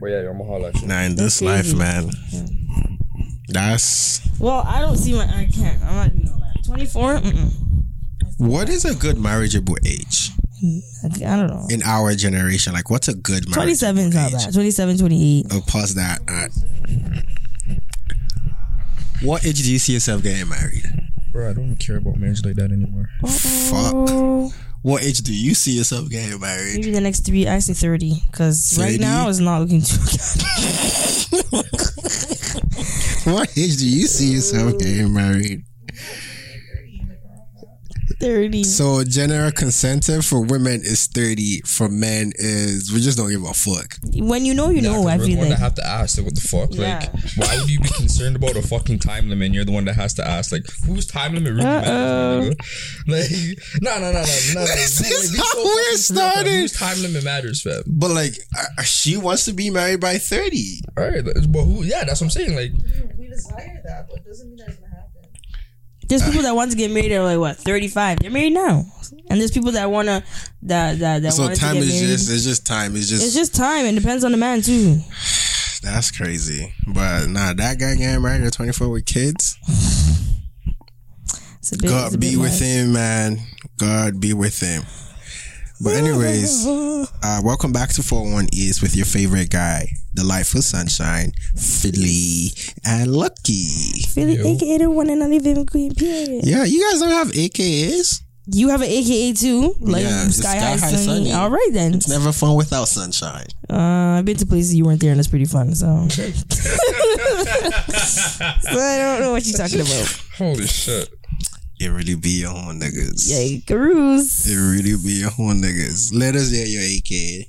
But yeah, your mahal actually. Nah, in this life, crazy. man. That's Well, I don't see my. I can't. I'm not doing all that. 24? Mm-mm. what is a good marriageable age I, I don't know. in our generation? Like, what's a good marriage? 27 is not bad. 27, 28. Oh, pause that. Uh, what age do you see yourself getting married? Bro, I don't care about marriage like that anymore. Fuck. What age do you see yourself getting married? Maybe the next three, I say 30. Because right 30? now, it's not looking too good. What age do you see yourself getting married? 30. So general consensus for women is thirty. For men is we just don't give a fuck. When you know, you know, I you're the feel one like. that have to ask, like, what the fuck? Yeah. Like, why would you be concerned about a fucking time limit? And you're the one that has to ask, like, whose time limit really matters? nigga? Like, no, no, no, no, no. This is Be how so we're fucking serious, fam. starting. Whose time limit matters, fam? But like uh, she wants to be married by thirty. All right, that's- but who? Yeah, that's what I'm saying. Like, We desire that, but it doesn't mean that's gonna happen. There's people that want to get married at like what 35. They're married now, and there's people that wanna that that that So want to get time is married. just it's just time. It's just, it's just time, and depends on the man too. that's crazy. But nah, that guy getting married at twenty four with kids. It's a bit, it's a God bit be with much. him, man. God be with him. But anyways, uh, welcome back to 401 East with your favorite guy, the life of sunshine, Philly and Lucky. Philly, You. aka the one and only Vivian Queen. Period. Yeah, you guys don't have AKAs. You have an AKA too, like Yeah, it's Sky Sky, High, High Sunny. Sunny. All right then. It's never fun without sunshine. Uh, I've been to places you weren't there, and it's pretty fun. So, so I don't know what you're talking about. holy shit. It really be your own niggas. Yeah, Caruso. It really be your own niggas. Let us hear your AKA.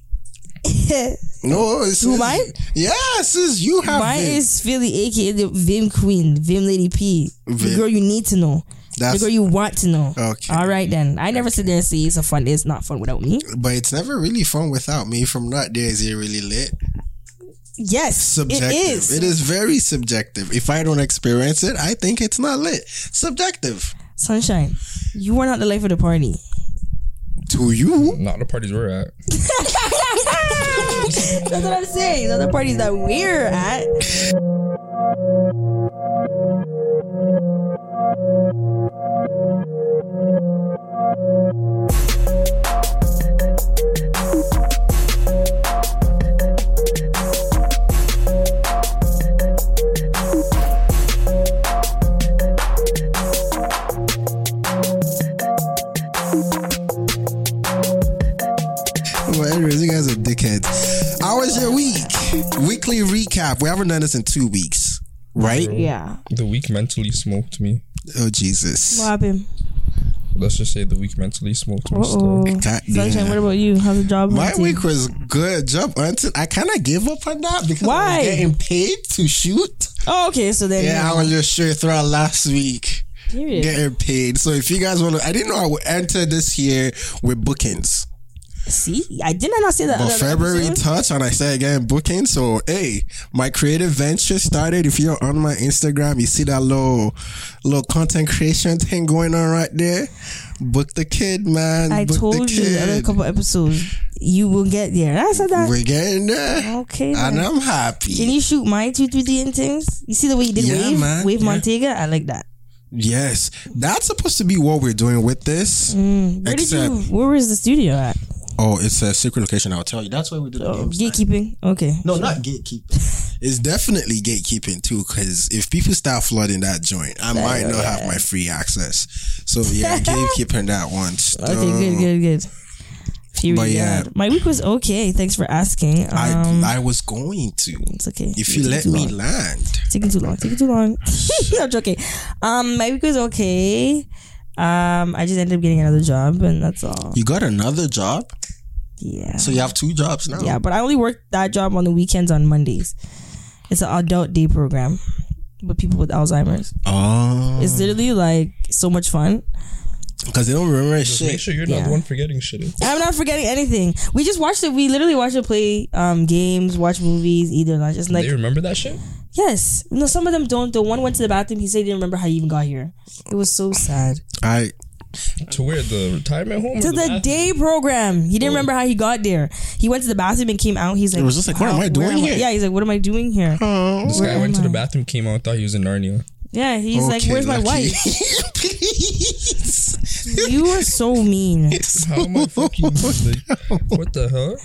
No, it's Who, mine? Yeah, sis, you have Mine it. is Philly, aka the Vim Queen, Vim Lady P. Vim. The girl you need to know. That's- Oh, the girl you want to know. Okay. All right then. I never sit there and say it's a fun. It's not fun without me. but it's never really fun without me. If I'm not there, is it really lit? Yes, subjective. it is. It is very subjective. If I don't experience it, I think it's not lit. Subjective Sunshine, you were not the life of the party. to you. Not the parties we're at. That's what I'm saying. The other parties that we're at. Well, anyways, you guys are dickheads. How was your week? Weekly recap. We haven't done this in two weeks, right? Yeah. The week mentally smoked me. Oh Jesus! What happened? Let's just say the week mentally smoked me. Uh still. oh. God Sunshine, damn. what about you? How's the job? My hunting? week was good. Jump until I kind of gave up on that because I Why? was getting paid to shoot. Oh, okay. So then. Yeah, I was just straight throughout last week. Period. Getting paid. So if you guys want to, I didn't know I would enter this year with bookings. See, I did not say that. But other February episode. touch and I started getting booking. So hey, my creative venture started. If you're on my Instagram, you see that little little content creation thing going on right there. Book the kid, man. I Book told the you the other kid. couple episodes, you will get there. I said that. We're getting there. Okay. And then. I'm happy. Oh, Can you shoot my two, three, D and things? You see the way you did Yeah, wave, man. wave Yeah. Montega. I like that. yes. That's supposed to be what we're doing with this. Mm. Where Except- did you? Where was the studio at? Oh, it's a secret location, I'll tell you. That's why we do the Oh, games. gatekeeping. Okay. No, not gatekeeping. It's definitely gatekeeping too, because if people start flooding that joint, I might not have my free access. So yeah, gatekeeping that one. Okay. Good. Good. Good. Fury But yeah. God. My week was okay. Thanks for asking. Um, I I was going to it's okay. if you let Too me long. land. taking too long. Taking too long. I'm joking. Um, my week was okay. Um, I just ended up getting another job, and that's all. You got another job, Yeah. so you have two jobs now. Yeah, but I only work that job on the weekends on Mondays. It's an adult day program, but people with Alzheimer's. Oh, It's literally like so much fun. because they don't remember Just shit. make sure you're not Yeah. the one forgetting shit. I'm not forgetting anything. We just watched it. We literally watched it play um, games, watch movies, either lunch. It's like they remember that shit? yes, no. Some of them don't. The one went to the bathroom. He said he didn't remember how he even got here. It was so sad. I To where the retirement home? or to the the bathroom? day program. He didn't remember how he got there. He went to the bathroom and came out. He's like, was just like, what am I "Wow, where doing am I-" here? Yeah, he's like, what am I doing here? Oh. This guy Where went am to the I? bathroom, came out, thought he was in Narnia. Yeah, he's like, Okay, where's my lucky. wife? Please. You are so mean. How am I fucking? like, what the hell?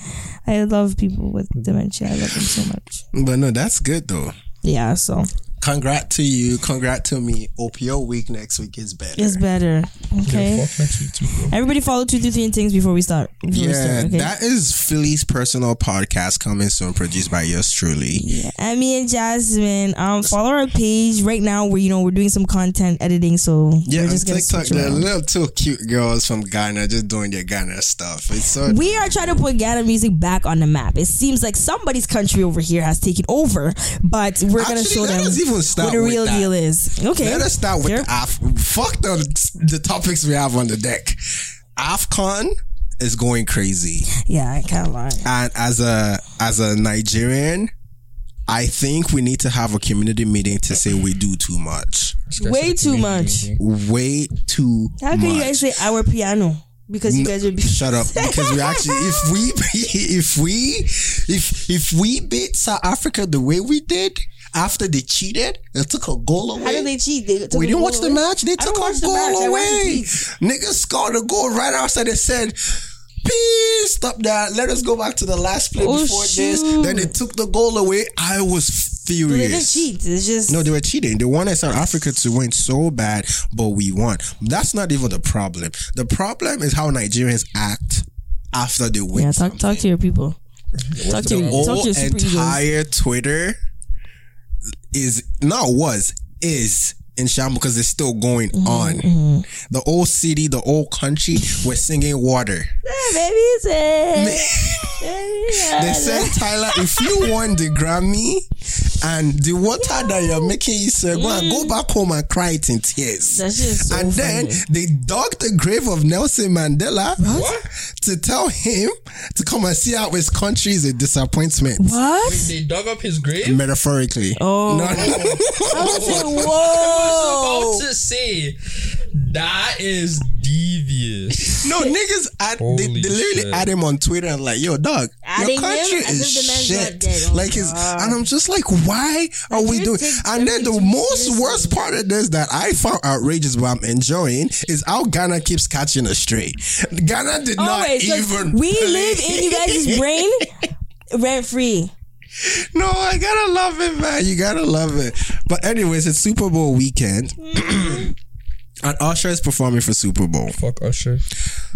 I love people with dementia. I love them so much. But no, that's good though. Yeah, so Congrat to you. Congrat to me. Hope your week next week is better. it's better. Yeah, Okay. fuck next week too, bro. Everybody follow two, three, three things before we start. Before we yeah, start okay? that is Philly's personal podcast coming soon, produced by yours truly. Yeah, Emmy and Jasmine. Um, follow our page right now. Where you know we're doing some content editing, so Yeah, we're on just gonna TikTok, switch the around. little two cute girls from Ghana just doing their Ghana stuff. It's so We are trying to put Ghana music back on the map. It seems like somebody's country over here has taken over, but we're gonna Actually, show let them us even start what the with real that. deal is. Okay, Let us start with Sure. the Af- fuck the the topics we have on the deck. Afcon is going crazy, yeah, I can't lie. and as a as a Nigerian, I think we need to have a community meeting to say we do too much, This guy Way said too community much. meeting. way too. How can much. you guys say our piano? Because you guys would be Shut up, because we actually, if we, if we, if if we beat South Africa the way we did after they cheated and took a goal away, How did they cheat? They took we a didn't goal watch the away? match. They I took don't our watch the goal match. I watch the away. tweets. Niggas scored a goal right after they said, "Peace, stop that. Let us go back to the last play Oh, before this." shoot. Then they took the goal away. I was They didn't furious. cheat. It's just No, they were cheating. They wanted South Africa to win so bad, but we won. That's not even the problem. The problem is how Nigerians act after they win. yeah. Talk talk to your people. Talk to The talk to whole your super egos. entire Twitter is not was is in sham because it's still going Mm-hmm. on. The old city, the old country, we're singing water. Baby, They said, Tyler, if you won the Grammy and the water that you're making you say, go and Mm. go back home and cry it in tears. That shit is so and then they dug the grave of Nelson Mandela to tell him to come and see how his country is a disappointment. Wait, what? they dug up his grave. Metaphorically. Oh. No, no. I was like, I whoa. was about to say that is devious. No, niggas add, they, Holy they literally shit. add him on Twitter and like, yo, dog, your Adding him? country As is if the man's not shit. dead. Oh, like, it's, and I'm just like, why are we you doing? take And then the everything most seriously. worst part of this that I found outrageous, but I'm enjoying, is how Ghana keeps catching us straight. Ghana did not Always. like, even. we play. live in you guys' brain rent free. No, I gotta love it, man. You gotta love it. But anyways, it's Super Bowl weekend. Mm. And Usher is performing for Super Bowl. Fuck Usher.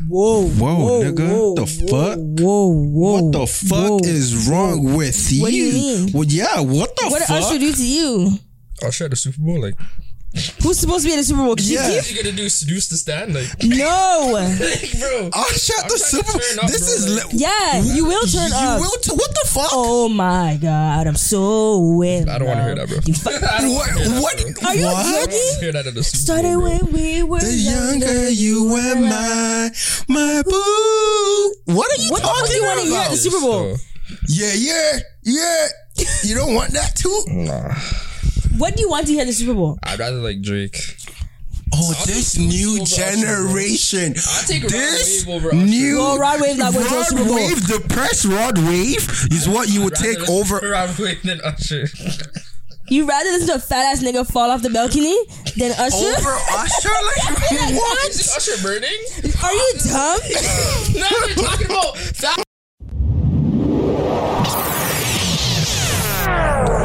Whoa. Whoa, nigga. The fuck? Whoa, whoa. What the fuck whoa. is wrong with you? What do you mean? Well, yeah, what the What did fuck? Usher do to you? Usher at the Super Bowl, like Who's supposed to be at the Super Bowl? Yeah. Yeah. what you gonna do? Seduce the stand, like, No. like, bro. Usher at the I'm trying to Super. turn up, this bro, is like- li- Yeah, you will turn you up. will t- what the fuck? Oh my god, I'm so in. I don't want to hear love. that, bro. You fuck- I don't What? wanna hear that, What? bro. Are you what? I don't wanna kidding? hear that at the Super Started Bowl, bro. when we were The younger you were my my boo. What are you What the fuck talking do you wanna about? hear at the Super Bowl. Yeah, yeah, yeah. You don't want that too? Nah, What do you want to hear at the Super Bowl? I'd rather like Drake. Oh, this new Super Bowl, generation. I'll take Rod this Wave over Usher. new Well, Rod Wave not going to the Rod Super Bowl. Wave, the press Rod Wave is what you would take over Rob than Usher. You rather listen to a fat ass nigga fall off the balcony than Usher? over Usher. Like what? Is Usher burning? Are you dumb? No, we're talking about that.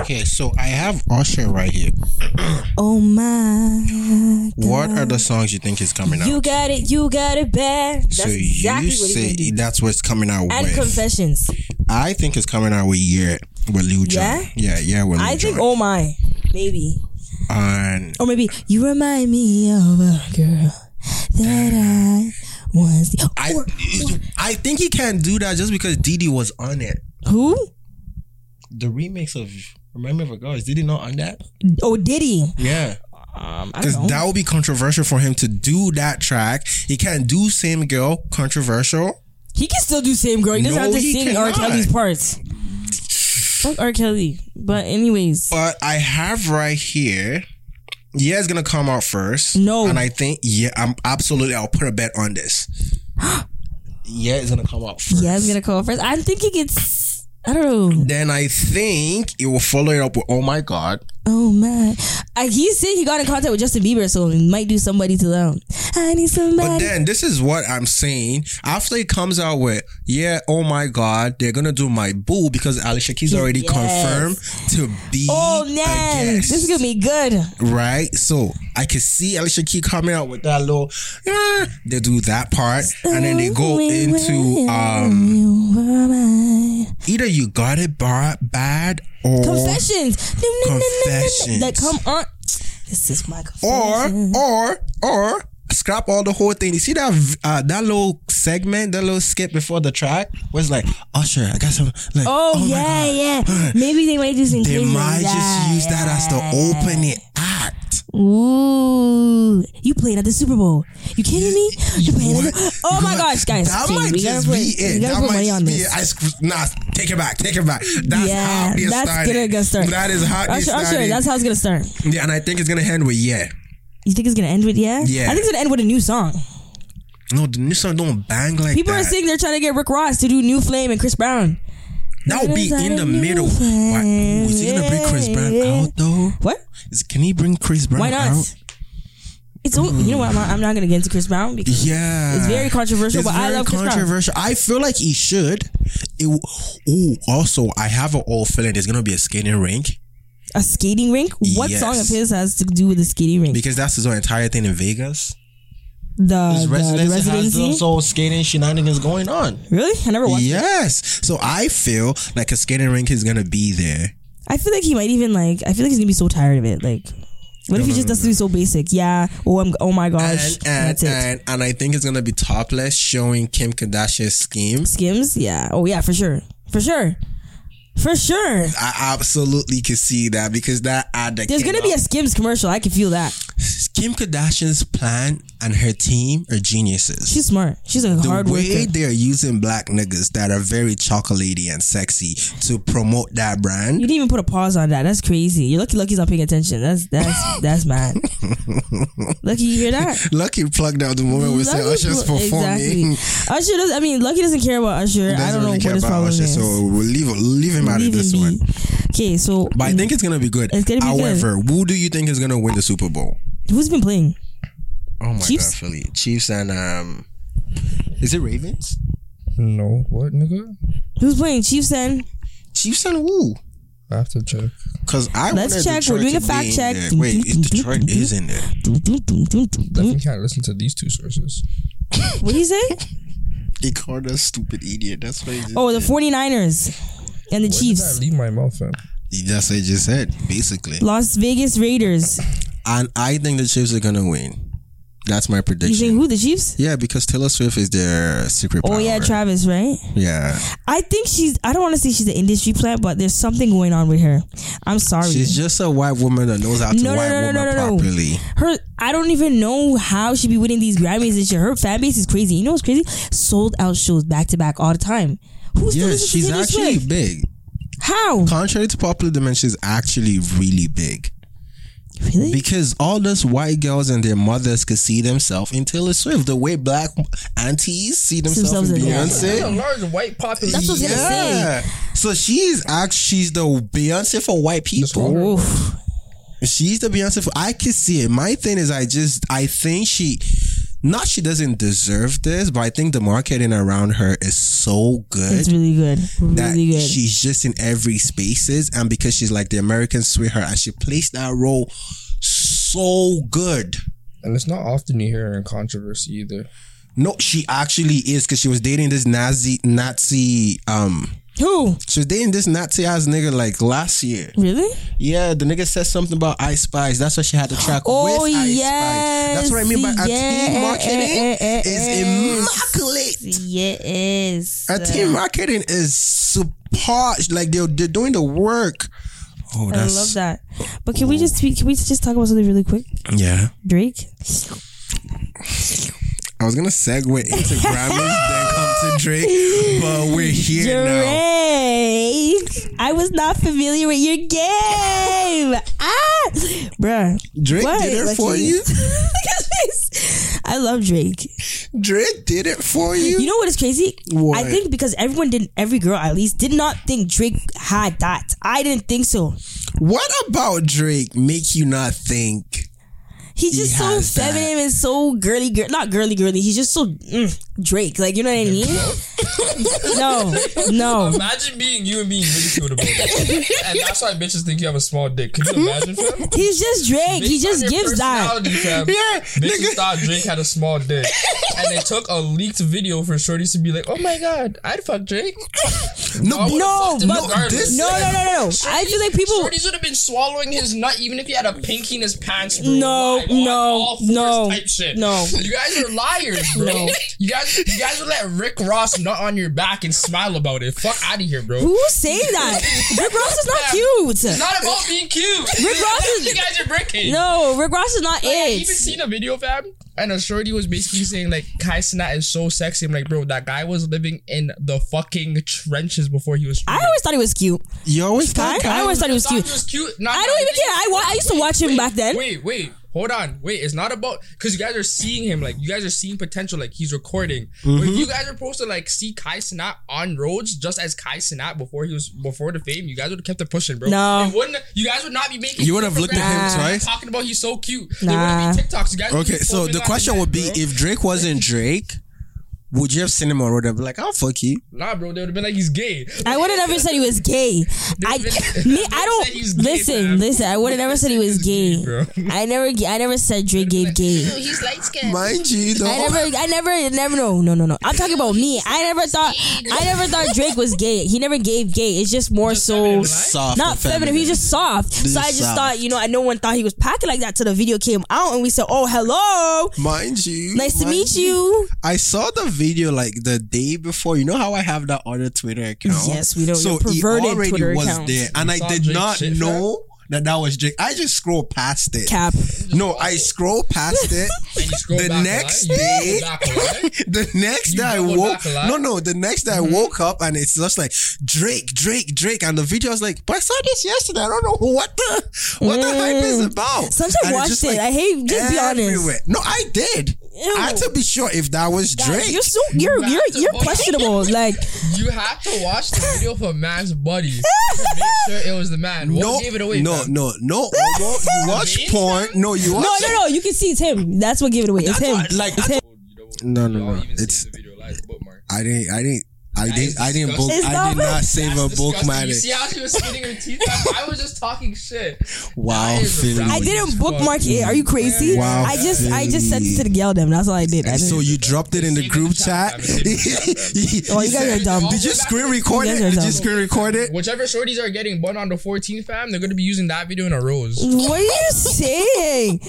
Okay, so I have Usher right here. oh my. What are the songs you think is coming out? You got it, you got it bad. That's so exactly you what say he's gonna do. that's what's coming out And with. confessions. I think it's coming out with yeah with Lil Jon. Yeah? yeah, yeah with Lil I think, Jon. oh my. Maybe. and Or maybe, you remind me of a girl that I was. The- Ah. I Or- I think he can't do that just because Didi was on it. who? The remix of Remember the Girls, did he not on that? Oh, Diddy. Yeah. Um, I Because don't know. that would be controversial for him to do that track. He can't do Same Girl, controversial. He can still do same girl. He doesn't No, have to he sing R. cannot. Kelly's parts. Fuck R. Kelly. But anyways, But I have right here Yeah, it's gonna come out first. No. and I think yeah, I'm absolutely. I'll put a bet on this. yeah, it's gonna come out first. Yeah, I'm gonna call first. I'm thinking it's. I don't know. Then I think it will follow it up with "Oh my God." Oh man, I, he said he got in contact with Justin Bieber, so it might do somebody to them. I need But somebody. then this is what I'm saying. After it comes out with "Yeah, oh my God," they're gonna do my boo because Alicia Keys already Yes. confirmed to be. Oh a man, this is guest. gonna be good. right? So I could see Alicia Key coming out with that little, "Ah," they do that part, and then they go We into will, um you were mine. either you got it bar- bad or confessions. No, no, no, no, no, no. Confessions. That come on. This is my confession. or or or scrap all the whole thing. You see that v- uh, that little segment, that little skip before the track was like Usher. I got some like oh, my yeah, God." yeah. Maybe they might do some. They things might like just use that as the opening act. Ooh, you playing at the Super Bowl? You kidding me? You playing? At the, oh my What? gosh, guys! That see, might we gotta just put, be it. We gotta That put might money just on be this. it. I scr- nah, take it back. Take it back. That's yeah, how they that's started. gonna get started. That is how they Usher, started. Usher, that's how it's gonna start. yeah, and I think it's gonna end with yeah. You think it's gonna end with yeah? Yeah. I think it's gonna end with a new song. No, the new song don't bang like People that. are saying they're trying to get Rick Ross to do New Flame and Chris Brown. that would be There's in a the new middle. Why, ooh, is he gonna bring Chris Brown flame. out though? What? Is, can he bring Chris Brown Why not? out? It's all, you know what? I'm not, I'm not gonna get into Chris Brown because Yeah, It's very controversial, It's but I very love Chris Brown. controversial. I feel like he should. It. w- Ooh, also, I have an old feeling there's gonna be a skating rink a skating rink. What Yes. song of his has to do with the skating rink? because that's his whole entire thing in Vegas. the, His the- the residency, has residency. those whole skating shenanigans going on. really? I never watched. it. Yes, so I feel like a skating rink is gonna be there. I feel like he might even like. I feel like he's gonna be so tired of it. Like, what if he just does something so basic? Yeah. Oh, I'm. Oh my gosh. and and, that's it. and and I think it's gonna be topless showing Kim Kardashian's schemes. Skims. Yeah. Oh yeah. For sure. For sure. For sure. I absolutely can see that because that ad that There's came gonna be a out- Skims commercial. I can feel that. Kim Kardashian's plan and her team are geniuses. She's smart. She's a the hard way worker. they are using black niggas that are very chocolatey and sexy to promote that brand. You didn't even put a pause on that. That's crazy. You're lucky. Lucky's not paying attention. That's that's that's mad. Lucky, you hear that? Lucky plugged out the moment we said Lucky Usher's pl- performing. Exactly. Usher does. I mean, Lucky doesn't care about Usher. I Doesn't don't know really what care his about problem Usher, is. so we'll leave we'll leave him out of Leave this him one. be. Okay, so But I think it's gonna be good. It's gonna be good. However, who do you think is gonna win the Super Bowl? who's been playing? Oh my Chiefs? god, Philly. Chiefs and um is it Ravens? No, what nigga? Who's playing? Chiefs and Chiefs and who? I have to check. Cause I Let's wanted check. We're Detroit doing a to fact be in check. there. Wait, is Detroit is in there. Definitely can't listen to these two sources. what do you say? He called us stupid idiot. That's what he just Oh, the 49ers and the Why Chiefs. Did I leave my mouth, fam? That's what he just said, basically. Las Vegas Raiders. And I think the Chiefs are gonna win. That's my You prediction. think who? The Chiefs? yeah, because Taylor Swift is their secret Oh yeah, power. Travis, right? yeah. I think she's. I don't want to say she's an industry plant, but there's something going on with her. I'm sorry. She's just a white woman that knows how to No, no, white no, no, woman no, no, no. properly. her I don't even know how she be winning these Grammys and shit. Her fan base is crazy. You know what's crazy? Sold out shows back to back all the time. Who's Yeah, yeah, she's actually big. how Contrary to popular dimension, she's actually really big. really? Because all those white girls and their mothers could see themselves in Taylor Swift, the way black aunties see themselves, Themselves in in her. Beyonce. a large white population. That's what I was gonna say. So she's actually she's the Beyonce for white people. Oof. She's the Beyonce. For, I can see it. My thing is, I just I think she, not she doesn't deserve this, but I think the marketing around her is so good It's really good. that Really good. she's just in every spaces, and because she's like the American sweetheart, and she plays that role so good. And it's not often you hear her in controversy either. No, she actually is because she was dating this Nazi Nazi. Um, Who? she was dating this Nazi ass nigga like last year. Really? Yeah, the nigga said something about Ice Spice. That's why she had to track Oh, with Ice yes. Spice. That's what I mean by a team Yes. eh, marketing is immaculate. Yes. A team marketing is super. Like they're, they're doing the work. Oh, I that's love that. But can we just tweet, can we just talk about something really quick? yeah. Drake. I was gonna segue into Grammys, then come concentrate, but we're here now. Drake, I was not familiar with your game. Ah, bruh. Drake Why, did it for Lucky? you. Look at his face. I love Drake. Drake did it for you. You know what is crazy? What? I think because everyone didn't, every girl at least did not think Drake had that. I didn't think so. what about Drake make you not think? He's just so has that. feminine and so girly, girl. Not girly, girly. He's just so mm, Drake. Like you know what I mean? no, no. Imagine being you and being ridiculed about it. and that's why bitches think you have a small dick. Can you imagine, fam? He's just Drake. He Based on just your gives that. personality, Fam, Yeah, bitches thought Drake had a small dick, and they took a leaked video for shorties to be like, "Oh my god, I'd fuck Drake." I No, but- would've No, fucked him but- regardless. this- No, no, no, no, no. I feel like people. Shorties would have been swallowing his nut even if he had a pinky in his pants, bro. No, Like, on no, all fours no, type shit. no. You guys are liars, bro. No. You guys, you guys would let Rick Ross nut on your back and smile about it. Fuck out of here, bro. Who's saying that? Rick Ross is not It's cute. not about being cute. Rick Ross is- you guys are breaking. No, Rick Ross is not I it. even seen a video, fam, and a shorty was basically saying like Kai Sinat is so sexy. I'm like, bro, that guy was living in the fucking trenches before he was. I always thought he was cute. You always I, thought I always thought he was Thought he cute. was cute. Not- I don't even care. I, wa- I used to watch him back then. Wait, wait, hold on. Wait, it's not about because you guys are seeing him. Like you guys are seeing potential. Like he's recording. But Mm-hmm. you guys are supposed to like see Kai Sinat on roads just as Kai Sinat before he was before the fame. You guys would have kept it pushing, bro. No. They wouldn't. You guys would not be making. You would've Instagram looked at him videos twice? Talking about he's so cute. Nah. Nah. There wouldn't be TikToks. You guys. would Okay, be so open the on question that, would be bro. if Drake wasn't Drake, would you have seen him on road and be like, I'll fuck you? Nah, bro, they would have been like, he's gay. I would have never said he was gay. I me I said don't he's gay, listen, man. listen. I would have never said he was gay. bro. I never I never said Drake gave gay. He's light skinned. Mind you, though. I never I never never no no no no. I'm talking about me. I never thought I never thought Drake was gay. He never gave gay. It's just more Just so feminine, right? soft not and feminine. He's just soft. So I just soft. thought, you know, I no one thought he was packing like that till the video came out and we said, "Oh, hello, Mind you. nice to mind meet you." I saw the video like the day before. You know how I have that other Twitter account? Yes, we know, So your perverted it already Twitter was account. there. And I saw did Drake not shit, know that that was Drake. I just scrolled past it. Cap. No, I scrolled past it. And you scroll The back next a lot, day- you scroll back a lot. the next You day I double woke back a lot. Mm-hmm. no no the next day I woke up and it's just like Drake Drake Drake and the video was like but I saw this yesterday I don't know what the what the hype is Mm. about Sometimes I And it's watched just, it. like, I hate. Just be honest. everywhere. no I did Ew. I had to be sure if that was Drake You're so you're Back you're to you're boy. questionable. Like You have to watch the video for man's buddy to make sure it was the man. What no gave it away? no fam? no no Omo, you watch Really? porn no you watch no no no, you can see it's him. That's what gave it away. It's him. what- like it's him. no no Y'all no even it's see the video live bookmark. I didn't I didn't I That didn't is I didn't book disgusting. It's I did not- not save a That's book disgusting. man You see how she was spitting her teeth? out? I was just talking shit. wow That is Philly. rowdy. I didn't bookmark it. Are you crazy? Wow, I just I just sent it to Philly. the gal them. That's all I did. I didn't- So you dropped it in the Save it group in the chat. chat, fam. Save it in the chat, Oh, you guys are dumb. Did you screen record You it? guys are Did you dumb. screen record it? Whichever shorties are getting bun on the 14th, fam, they're gonna be using that video in a rose. what are you saying?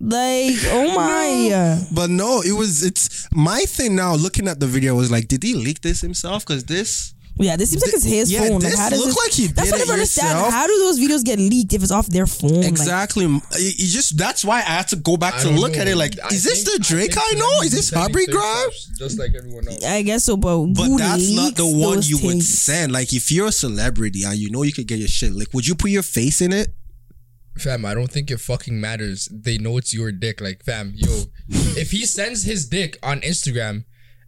Like oh my. But no, it was. It's my thing now. Looking at the video, was like, did he leak this himself? Because this, Yeah, this seems like it's his yeah, phone. Like, this how does look this- like he That's did what I it don't understand. yourself. How do those videos get leaked if it's off their phone? Like, exactly. You you just that's why I had to go back I to don't look know, at it. bro. Like, I is this think- the Drake think I he's know? Is using this sending Aubrey thirst Grab? traps Just like everyone else. I guess so, but, But who that's not the leaks one those you would tapes? send. Like, if you're a celebrity and you know you could get your shit, like, would you put your face in it? Fam, I don't think it fucking matters. They know it's your dick. Like, fam, yo, if he sends his dick on Instagram,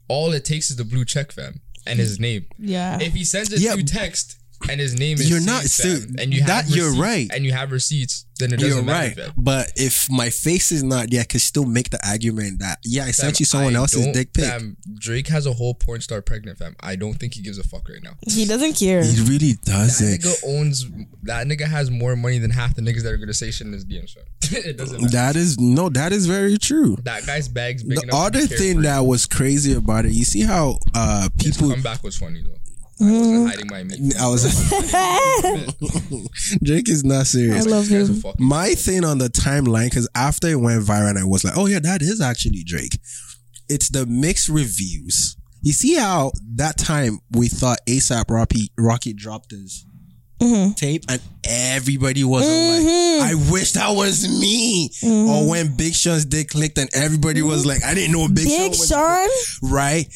all it takes is the blue check, fam, and his name. Yeah. If he sends it Yeah. through text and his name is You're not- Cease, so fam, and you have that- you're receipts- right. and you have receipts, then it doesn't You're right. matter. Fam. But if my face is not there, I could still make the argument that, yeah, I Fam, sent you someone I else's don't- dick pic. Fam, Drake has a whole porn star pregnant, fam. I don't think he gives a fuck right now. He doesn't care. He really That doesn't. nigga owns. That nigga has more money than half the niggas that are gonna say shit in his DMs. Fam. it doesn't. Matter. That is, no, that is very true. That guy's bags big The enough. to other care thing for that was crazy about it, you see how uh people. Mm-hmm. comeback was funny though. I wasn't hiding my emotions. I was. Drake is not serious. love These guys him. are fucking- My thing on the timeline, because after it went viral, and I was like, oh yeah, that is actually Drake. It's the mixed reviews. You see how that time we thought ASAP Rocky Rocky dropped his Mm-hmm. tape, and everybody was like, "I wish that was me." Mm-hmm. Or when Big Sean's dick clicked, and everybody was like, "I didn't know Big, Big Sean was Sean? right."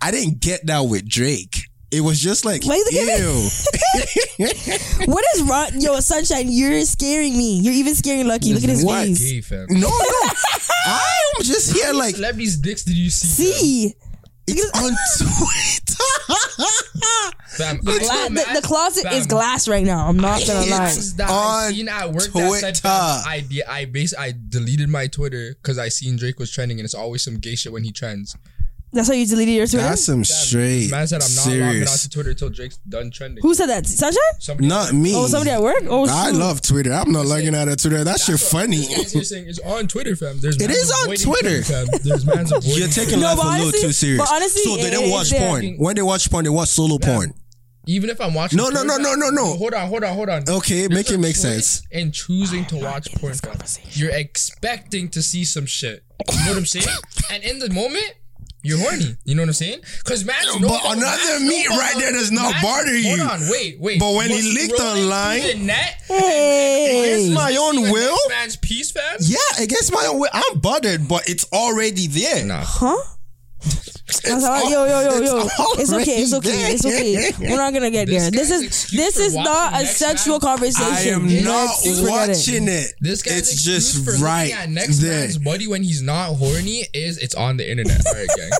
I didn't get that with Drake. It was just like, Why you ew. looking at What is wrong? Yo, Sunshine, you're scaring me. You're even scaring Lucky. Look at his What? face. Gay fam. no, no. I'm just here like, Celebrities' dicks did you see? See? it's on Twitter. Fam, I'm so Gla- the, mad. the closet Fam, is glass right now. I'm not gonna lie. Things that on I seen at work that said, Twitter. fam, I de- I base I deleted my Twitter because I seen Drake was trending and it's always some gay shit when he trends. That's how you deleted your Twitter? That's some straight. Man said I'm not logging out serious. to Twitter until Drake's done trending. Who said that? Sunshine? Somebody Not me. Oh, somebody at work? Oh, I shoot. love Twitter. I'm not logging out of Twitter. That shit That's what- funny. These guys here saying it's on Twitter, fam. There's It man's is on avoiding Twitter. Twitter, fam. There's man's avoiding. You're taking No, life a but little honestly- too serious. but honestly, so they it- don't it- watch it's there. porn. When they watch porn, they watch solo porn. Even if I'm watching. No, no, no, no, no, no. Hold on, hold on, hold on. Okay, make There's it a make choice sense. In choosing to watch porn, fam. You're expecting to see some shit. You know what I'm saying? and in the moment, you're horny. You know what I'm saying? Because man, no, But another meat right there does not bother you. Hold on, wait, wait. But when he Was licked rolling through online- the net, Hey. It's my see own the will. next man's piece, fam. Yeah, against my own will. I'm bothered, but it's already there. Nah, Huh? I was like, yo, yo, yo, yo. It's It's okay. It's already okay. It's okay. there. We're not gonna get This there. This guy's is excuse this for is not watching a next sexual time. conversation. I am not Let's forget watching it. This guy's It's excuse just for looking right At next there. man's buddy when he's not horny is it's on the internet. All right, gang.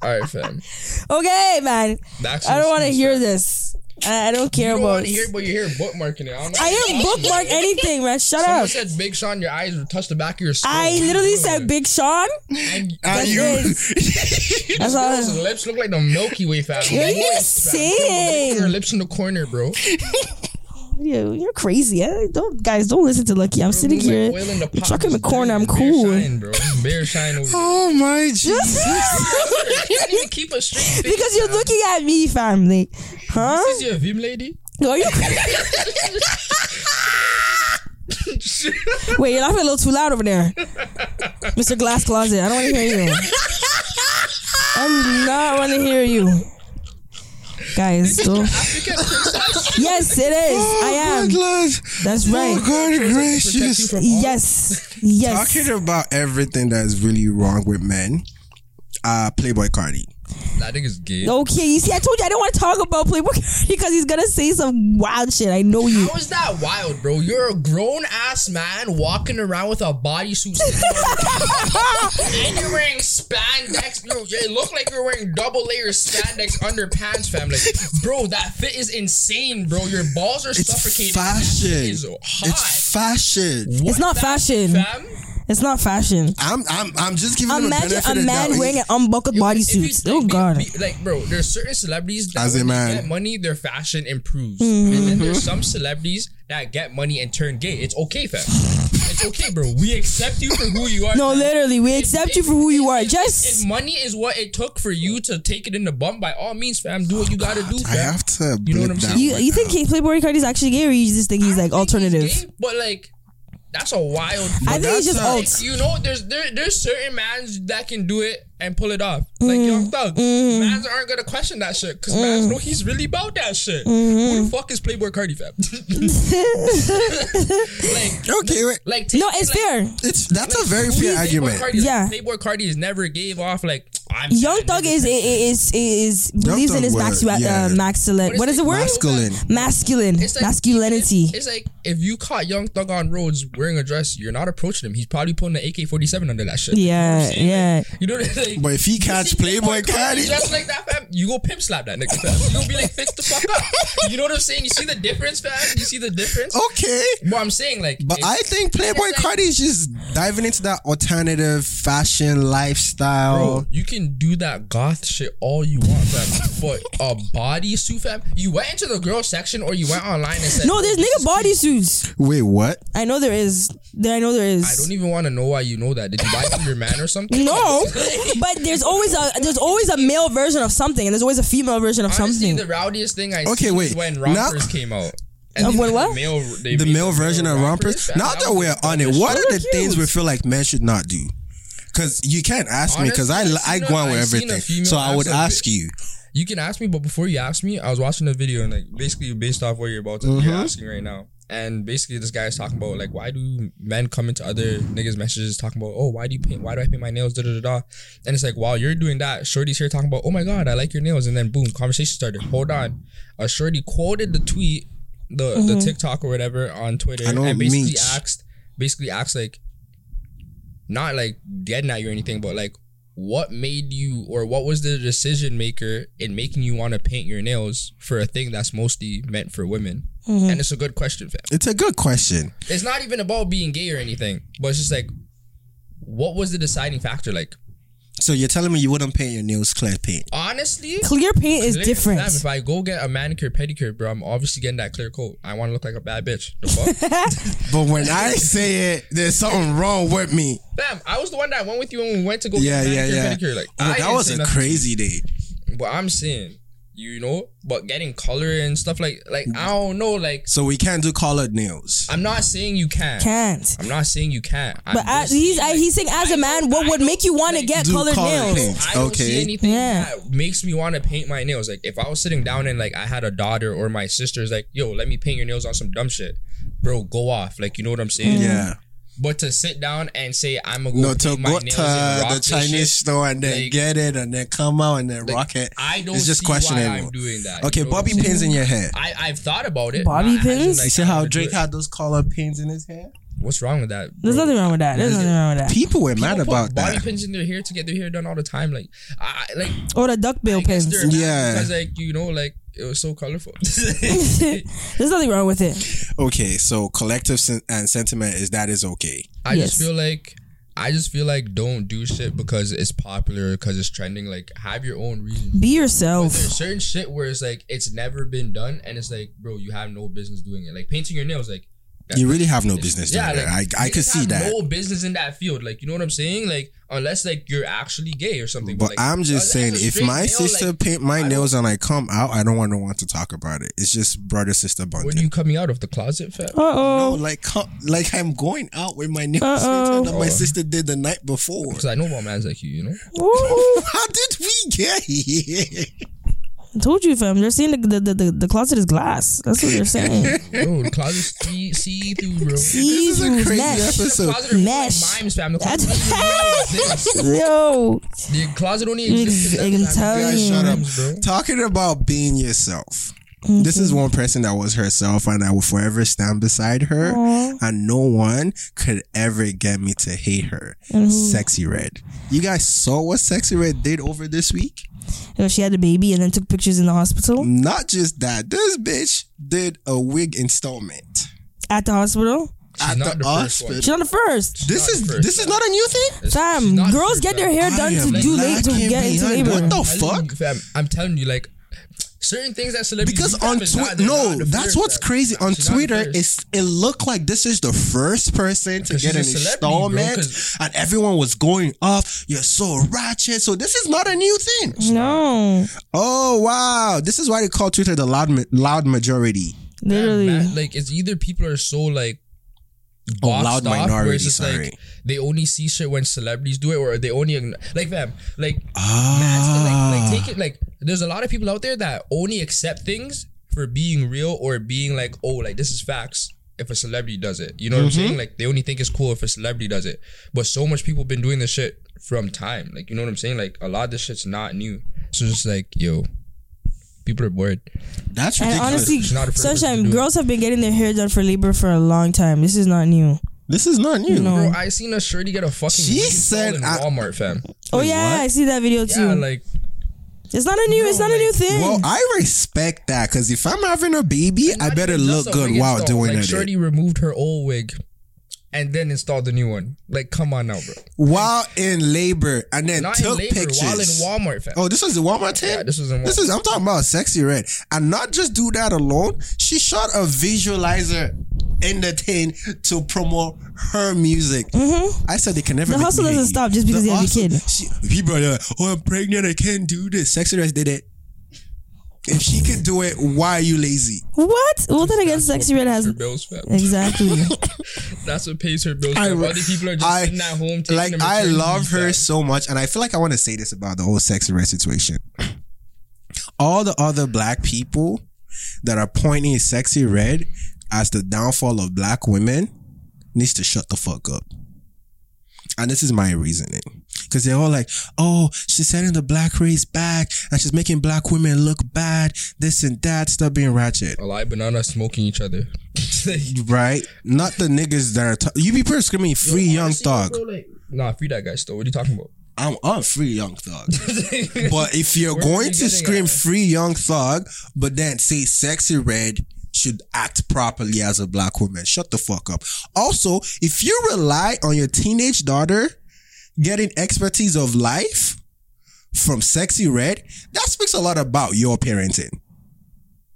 All right, fam. Okay, man. That's I your don't want to excuse, hear fam. this. I, I don't You care don't about. want to hear, but you're here bookmarking it. I don't know. I didn't bookmark anything, man. Shut Someone up. said Big Sean, your eyes would touch the back of your skull. I literally said Big Sean. And Are That's you? it. That's all. his lips look like the Milky Way, fam. What are Like, Uh. you put Your saying? lips in the corner, bro. You- You're crazy. I don't, guys, don't listen to Lucky. I'm sitting Like here. oil in the pot. chuck in the Just corner, I'm bear cool. Shine, bro. Bear shine over there. Oh my Jesus! Can't even keep a straight face. Because you're looking at me, family. Huh? This is your Vim lady. Are you? Wait, you're laughing a little too loud over there, Mr. Glass Closet. I don't want to hear you. I'm not want to hear you, guys. don't- African princess. Yes, it is. I Oh, am. Lord. That's Oh, right. God Protect you gracious. from all- Yes, yes. Talking about everything that's really wrong with men, uh, Playboy Cardi. That nigga's gay. Okay, you see, I told you I don't want to talk about Playboy because he's gonna say some wild shit. I know you. How is that wild, bro? You're a grown ass man walking around with a bodysuit, sitting on- and you're wearing spandex. Bro, it look like you're wearing double layer spandex underpants, fam. Like, bro, that fit is insane, bro. Your balls are It's suffocating. fashion. It's hot. It's fashion. What It's not that, fashion. fam. It's not fashion. I'm I'm I'm just giving him a Imagine benefit a of man doubt. wearing an unbuckled If you- bodysuit. Oh like, be- God. be- like, bro, there's certain celebrities that As a when they man. get money, their fashion improves, and Mm-hmm. then there's some celebrities that get money and turn gay. It's okay, fam. It's okay, bro. We accept you for who you are. No, fam. literally, we accept you for who you are. Just If money is what it took for you to take it in the bum, by all means, fam, do what you gotta do. Fam. I have to You know what blip I'm that. saying? you, one you think out. King Playboy Cardi's actually gay, or you just think he's like I think he's alternative? gay, but like, that's a wild. I think he's that's just a- alt. You know, there's there, there's certain mans that can do it and pull it off, like Mm, Young Thug. Mans aren't gonna question that shit because mans know he's really about that shit. Mm-hmm. Who the fuck is Playboy Cardi fam? like, Okay, wait. like No, it's like, fair. It's that's a very who fair is Playboy argument. Cardi? Like, Yeah. Playboy Cardi has never gave off like I'm Young bad, Thug nigga. is is is, is believes in Thug his word, maxu- yeah. uh, maxilin. What is What is the it? word? Masculine. Masculine. It's like- Masculinity. It's like if you caught Young Thug on roads wearing a dress, you're not approaching him. He's probably pulling an AK-47 under that shit. Yeah, yeah. You know what I'm saying? But if he catch Playboy Cardi, Just like that, fam. You go pimp slap that nigga, fam. You gonna be like, fix the fuck up. You know what I'm saying? You see the difference, fam? You see the difference? okay. Well, I'm saying, like, But it- I think Playboy it's like- Cardi is just diving into that alternative fashion lifestyle. bro, you can do that goth shit all you want, fam. But a bodysuit, fam. You went into the girl section or you went online and said, No, there's nigga bodysuits. Wait, what? I know there is. There, I know there I is. don't even want to know why you know that. Did you buy it from your man or something? No, but there's always a there's always a male version of something, and there's always a female version of Honestly, something. the rowdiest thing I Okay, seen wait. is when Now- rompers came out. And Of they what- made what? The male, they the made male version of rompers. fam. Now that was we're the on it, dumbest what shit. are the They're things we cute. feel like men should not do? Because you can't ask me because I Honestly, I I've seen go a- on with I've seen a everything. female So I would ask a ask you. You can ask me, but before you ask me, I was watching a video and like basically based off what you're about to you're asking right now. And basically, this guy is talking about like, why do men come into other niggas' messages talking about, oh, why do you paint? Why do I paint my nails? Da da da da. And it's like, while you're doing that, shorty's here talking about, oh my god, I like your nails. And then boom, conversation started. Hold on, a shorty quoted the tweet, the the TikTok or whatever on Twitter, I know and basically memes. asked, basically asked like, not like getting at you or anything, but like, what made you or what was the decision maker in making you want to paint your nails for a thing that's mostly meant for women? Mm-hmm. And it's a good question, fam. It's a good question. It's not even about being gay or anything, but it's just like, what was the deciding factor? Like, So you're telling me you wouldn't paint your nails clear paint? honestly, Clear paint is Clear- different. Fam, if I go get a manicure pedicure, bro, I'm obviously getting that clear coat. I want to look like a bad bitch. The fuck, But when I say it, there's something wrong with me. fam? I was the one that went with you when we went to go Yeah, get a yeah, manicure yeah. pedicure. Like, Oh, I that didn't was say a nothing. crazy day. But I'm saying, you know, but getting color and stuff like, like I don't know, like So we can't do colored nails. I'm not saying you can. Can't. I'm not saying you can't. I'm But I, just he's saying, I, like, he's saying, as a man, what would make you want to get Do colored colored nails? paint. I don't Okay. see anything Yeah. that makes me want to paint my nails. Like if I was sitting down and like I had a daughter or my sister's like, yo, let me paint your nails on some dumb shit. Bro, go off. Like you know what I'm saying? Yeah. But to sit down and say I'm gonna go No, Mm. paint to my go to nails and rock the this Chinese shit, store and then Like- get it and then come out and then rock it. I don't It's just see questionable. why I'm doing that. Okay, you know what bobby I'm saying? pins in your hair. I, I've thought about it. Bobby Not as in, pins? like, You see I how would do Drake it. had those colored pins in his hair? What's wrong with that? There's bro? nothing wrong with that. There's nothing wrong with that. People were mad People put about bobby that. pins in their hair to get their hair done all the time. Like, I I- like Or the duckbill I guess pins. they're mad Yeah. because like you know, like it was so colorful. There's nothing wrong with it. Okay, so collective sen- and sentiment is that is okay. I Yes. just feel like I just feel like don't do shit because it's popular because it's trending. Like have your own reason. Be But yourself. there's certain shit where it's like it's never been done, and it's like, bro, you have no business doing it. Like painting your nails, like that's- You really have no business doing like, that. I, I you could see have that. No business in that field, like you know what I'm saying? Like unless like you're actually gay or something. But like, I'm as- just as saying, a if straight my male, sister like, paint my I don't- nails and I come out, I don't want to want to talk about it. It's just brother sister when are bonding. you coming out of the closet, fam? Uh No, oh. like come, like I'm going out with my nails Uh-oh. later that my Oh. sister did the night before. Because I know about man's like you, you know. How did we get here? I told you, fam. They're saying the, the, the, the, the closet is glass. That's what you're saying. Bro, the closet's see see through, bro. This is a Jeez, crazy mesh. The episode. closet are Mesh. mimes, fam. The closet That's- doesn't even exist. Yo. The closet only You exists. ex- because I'm I'm telling Guys, you. shut up. times, bro. Oh, Talking about being yourself. This is one person that was herself, and I will forever stand beside her. Aw. And no one could ever get me to hate her. Sexy Red. You guys saw what Sexy Red did over this week? Yo, she had a baby and then took pictures in the hospital. Not just that, this bitch did a wig installment At the hospital. She's at not the, the first one. hospital. She's not the first. This Not is the first this is not a new thing. Fam, She's not girls the get their first hair done I am to do late to lacking get into behind- labor. What the I'm telling fuck? you, fam, I'm telling you, like certain things that celebrities Because do, fam, on is Twitter, not- they're no, not the that's first, what's fam. crazy. On She's not the Twitter, first. it's it looked like this is the first person to Because get an she's a celebrity, bro, installment, 'cause- and everyone was going off. You're so ratchet. So this is not a new thing. No. Oh wow, this is why they call Twitter the loud ma- loud majority. Fam, Literally. man, like it's either people are so like Oh, boxed loud off, where minority, it's just, sorry. like they only see shit when celebrities do it, or they only ign- like fam, like That's the- Ah, like, like take it like there's a lot of people out there that only accept things for being real or being like oh like this is facts if a celebrity does it you know what i'm Mm-hmm. saying like they only think it's cool if a celebrity does it but so much people been doing this shit from time like you know what i'm saying like a lot of this shit's not new so it's just like yo people are bored that's and ridiculous. honestly, She's not the first person Sunshine, to do it. girls have been getting their hair done for labor for a long time. This is not new. this is not new. No. bro i seen a shirty get a fucking She wig installed said in I- walmart fam Oh yeah, what? I see that video too. yeah like it's not a new. It's not a new thing. Well, I respect that because if I'm having a baby, I not better even just look a good wig while install. doing like it. shirty removed her old wig and then installed the new one like come on now bro While in labor, and then Not took in labor, pictures. while in Walmart. Fam. Oh, this was the Walmart thing. Yeah, this was in This is I'm talking about sexy red, and not just do that alone. She shot a visualizer in the thing to promote her music. I said they can never. Mm-hmm. The make hustle me hate doesn't you. stop just because The you have a hustle- kid. She, people are like, "Oh, I'm pregnant. I can't do this." Sexy red did it. If she could do it, why are you lazy? What? Well, then again, sexy red has her bills, fam. exactly. That's what pays her bills. I- fam. Other people are just I- sitting at home. Taking Like them I maternity love leave, her fam. so much, and I feel like I want to say this about the whole sexy red situation. All the other black people that are pointing at sexy red, as the downfall of black women needs to shut the fuck up. And this is my reasoning. Because they're all like, oh, she's setting the black race back and she's making black women look bad, this and that. Stop being ratchet. A lot of bananas smoking each other. Right? Not the niggas that are. T- you be pretty screaming free young thug. nah, free that guy still. What are you talking about? I'm, I'm free young thug. But if you're going you to getting scream at? free young thug, but then say sexy red should act properly as a black woman, shut the fuck up. Also, if you rely on your teenage daughter getting expertise of life from sexy red, that speaks a lot about your parenting.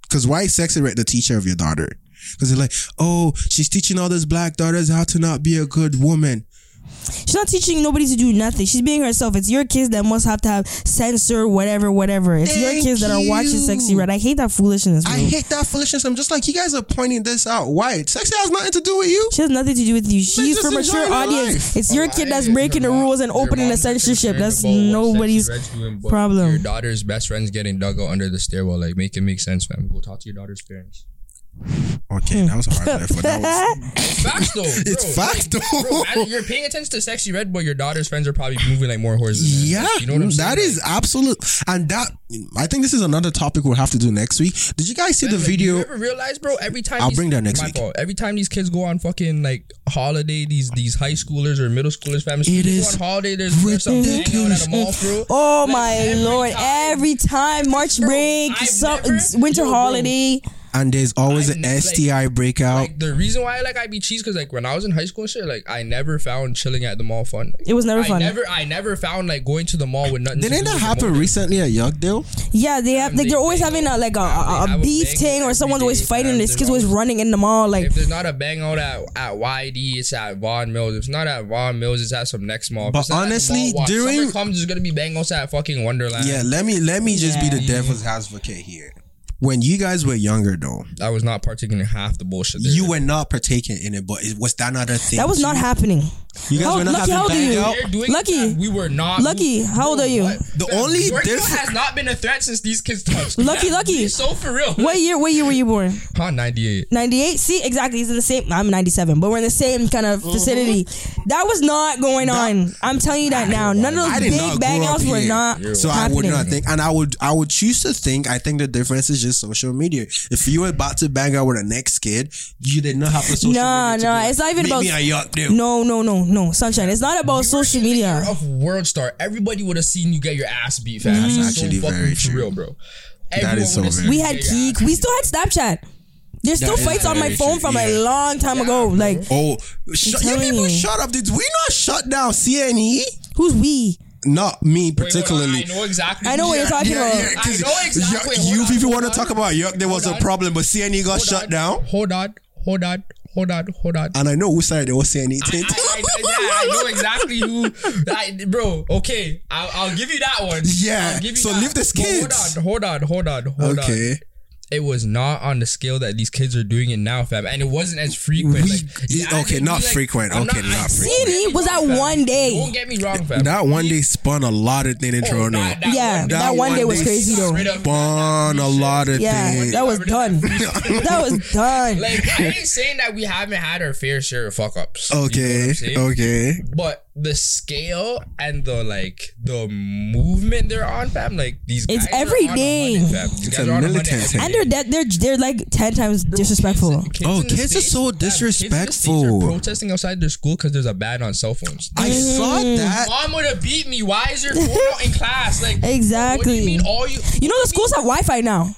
Cause why is sexy red the teacher of your daughter? Cause they're like, oh, she's teaching all these black daughters how to not be a good woman. She's not teaching nobody to do nothing. She's being herself. It's your kids that must have to have censor whatever, whatever. It's your Thank kids that are watching you. Sexy Red. I hate that foolishness. Bro. I hate that foolishness. I'm just like, you guys are pointing this out. Why? Sexy has nothing to do with you. she has nothing to do with you. just She's for mature enjoying her life. audience. It's your kid that's breaking the rules and opening the censorship. That's nobody's problem. Your daughter's best friend's getting dug out under the stairwell. Like, make it make sense, fam. Go talk to your daughter's parents. Okay, that was a hard left. That was, Facts though. it's bro. fact though. Bro, I- you're paying attention to sexy red, but your daughter's friends are probably moving like more horses. than- yeah, you know what I'm saying. that is absolute. And that I think this is another topic we'll have to do next week. Did you guys see the Like, do video? You ever realize, bro? Every time I'll these- bring that next my week. fault. Every time these kids go on fucking like holiday, these these high schoolers or middle schoolers, families, It they go is on holiday. There's there's some hangout at a mall, bro. Oh my lord! time. Every time March Bro, break, I've some never- winter Yo, bro. holiday. And there's always an I'm, like- STI breakout. Like the reason why I like IB cheese because like when I was in high school and shit, like I never found chilling at the mall fun. It was never I fun. never, I never found like going to the mall with nothing. to do Didn't that with the happen mall. recently at Yorkdale? Yeah, they have Fam, like they they're always bang having a out. like a, Fam, they a, a have a beef bang thing or every someone's always day, fighting. fam. This There's kid's always always- running in the mall. Like If there's not a bang out at, at YD, it's at Vaughn Mills. If it's not at Vaughn Mills, it's at some next mall. If But it's not at the honestly, mall walk, during- summer comes, there's gonna be bang outs at fucking Wonderland. Yeah, let me let me just be the Uh, Yeah. devil's advocate here. When you guys were younger though, I was not partaking in half the bullshit. there. you were not partaking in it, but it was that not a thing? that was not happening. you guys How- were not Lucky, having how old are bang you? out. They're doing Lucky. that. we were not. Lucky, how old are you? The only Yorkville diff- has not been a threat since these kids touched. Lucky, lucky. So for real, What year? What year were you born? Huh? Ninety eight. 98 see exactly he's in the same i'm 97 but we're in the same kind of vicinity that was not going on i'm telling you that now none of I those did not big bang grow up outs were here. not So I would happening. not think, and I would, I would choose to think. I think the difference is just social media. If you were about to bang out with the next kid, you did not have the social Nah, media. to nah, do it. it's not even Meet about- me at York, dude. no no no no sunshine it's not about social media of World Star, everybody would have seen you get your ass beat. Fam. That's actually fucking very for true. real, bro. That is so would've very seen Mm. we you had get your ass geek we still had snapchat there's still That is fights on my very phone true, from a yeah. long time ago bro. like Oh, shut, you telling people, you. shut up! Did we not shut down CNE? who's we Not me Wait, hold on, particularly. I know exactly. I know what you're talking Yeah, about. yeah, 'cause I know exactly. York- Hold you on, people hold want to on. talk about York? There was Hold a on. problem, but CNE got Hold shut on, down. Hold on, hold on, hold on, hold on. And I know who side there was E. CNE. I, I, I, yeah, I know exactly who. I, bro, okay, I'll, I'll give you that one. Yeah, I'll give so leave this But kids. Hold on, hold on, hold on, hold on. okay, it was not on the scale that these kids are doing it now, fam, and it wasn't as frequent. We- like, yeah, I okay, didn't not be frequent, I'm okay, not I- frequent. Don't get CNE me was wrong, that fam. one day. Don't get me wrong, fam. that one day spun a lot of thing in Oh, Toronto. that- Yeah, one day- that one day was she crazy, got though. rid of- Spun a lot of yeah things. that was done that was done Like I ain't saying that we haven't had our fair share of fuck ups. Okay. okay. But the scale and the like the movement they're on, fam, like these It's guys are every on a day. hundred, fam. These It's guys a are on a hundred. militant thing. and they're that they're they're like 10 times disrespectful Oh, in the kids are States- so fam, kids in the States are disrespectful. protesting outside their school because there's a ban on cell phones. I saw Mm. that. Mom would have beat me. Why is your phone out in class? Like What do Exactly. you mean? All you? You know the schools have Wi-Fi now.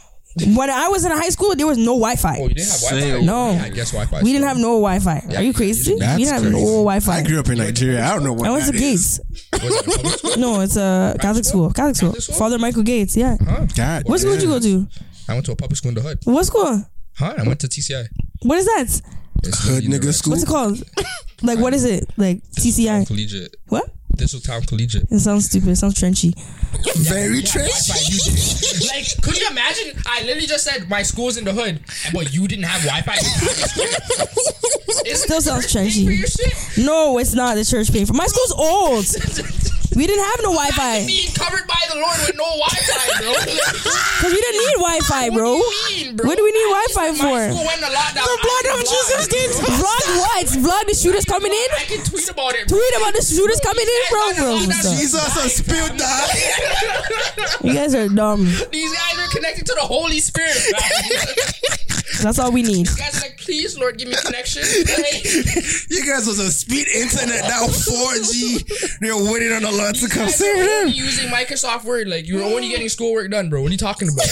When I was in high school, there was no Wi-Fi. Oh, you didn't have Wi-Fi. Same. No. yeah, I guess Wi-Fi. we didn't have no Wi-Fi. Are you crazy? We didn't have no Wi-Fi. I grew up in Nigeria. I don't know what I went to that is. Gates. have. No, it's a Catholic school. Catholic school. Catholic school? Father Michael Gates. Yeah. Huh? God. What school did you go to? I went to a public school in the hood. What school? Huh? I went to TCI. What is that? It's Hood literally in the nigga red. school. What's it called? like what is it? Like TCI? Collegiate. What? Thistletown Collegiate. It sounds stupid. It sounds trenchy. Very Wi-Fi, trashy. you didn't. Like, could you imagine? I literally just said my school's in the hood, but you didn't have Wi-Fi. Still sounds Pay for your trenchy. shit. No, it's not. The church paid for my school's old. We didn't have no Wi Imagine Fi. being covered by the Lord with no Wi-Fi, bro. Like, Because we didn't need Wi Fi, bro. What do you mean, bro? What do we need Wi-Fi My for? school went a lot down. The blood I of can Jesus vlog. did. Vlog what? Vlog the shooters coming in? I can tweet about it. Tweet about the shooters coming in, bro. bro. Jesus has spilled that. You guys are dumb. These guys are connected to the Holy Spirit. bro. That's all we need. You guys are like, please, Lord, give me connection. You guys was on speed internet now 4G. They're waiting on the Lord to Like, come you're save only them. using Microsoft Word, like you're only getting schoolwork done, bro. What are you talking about?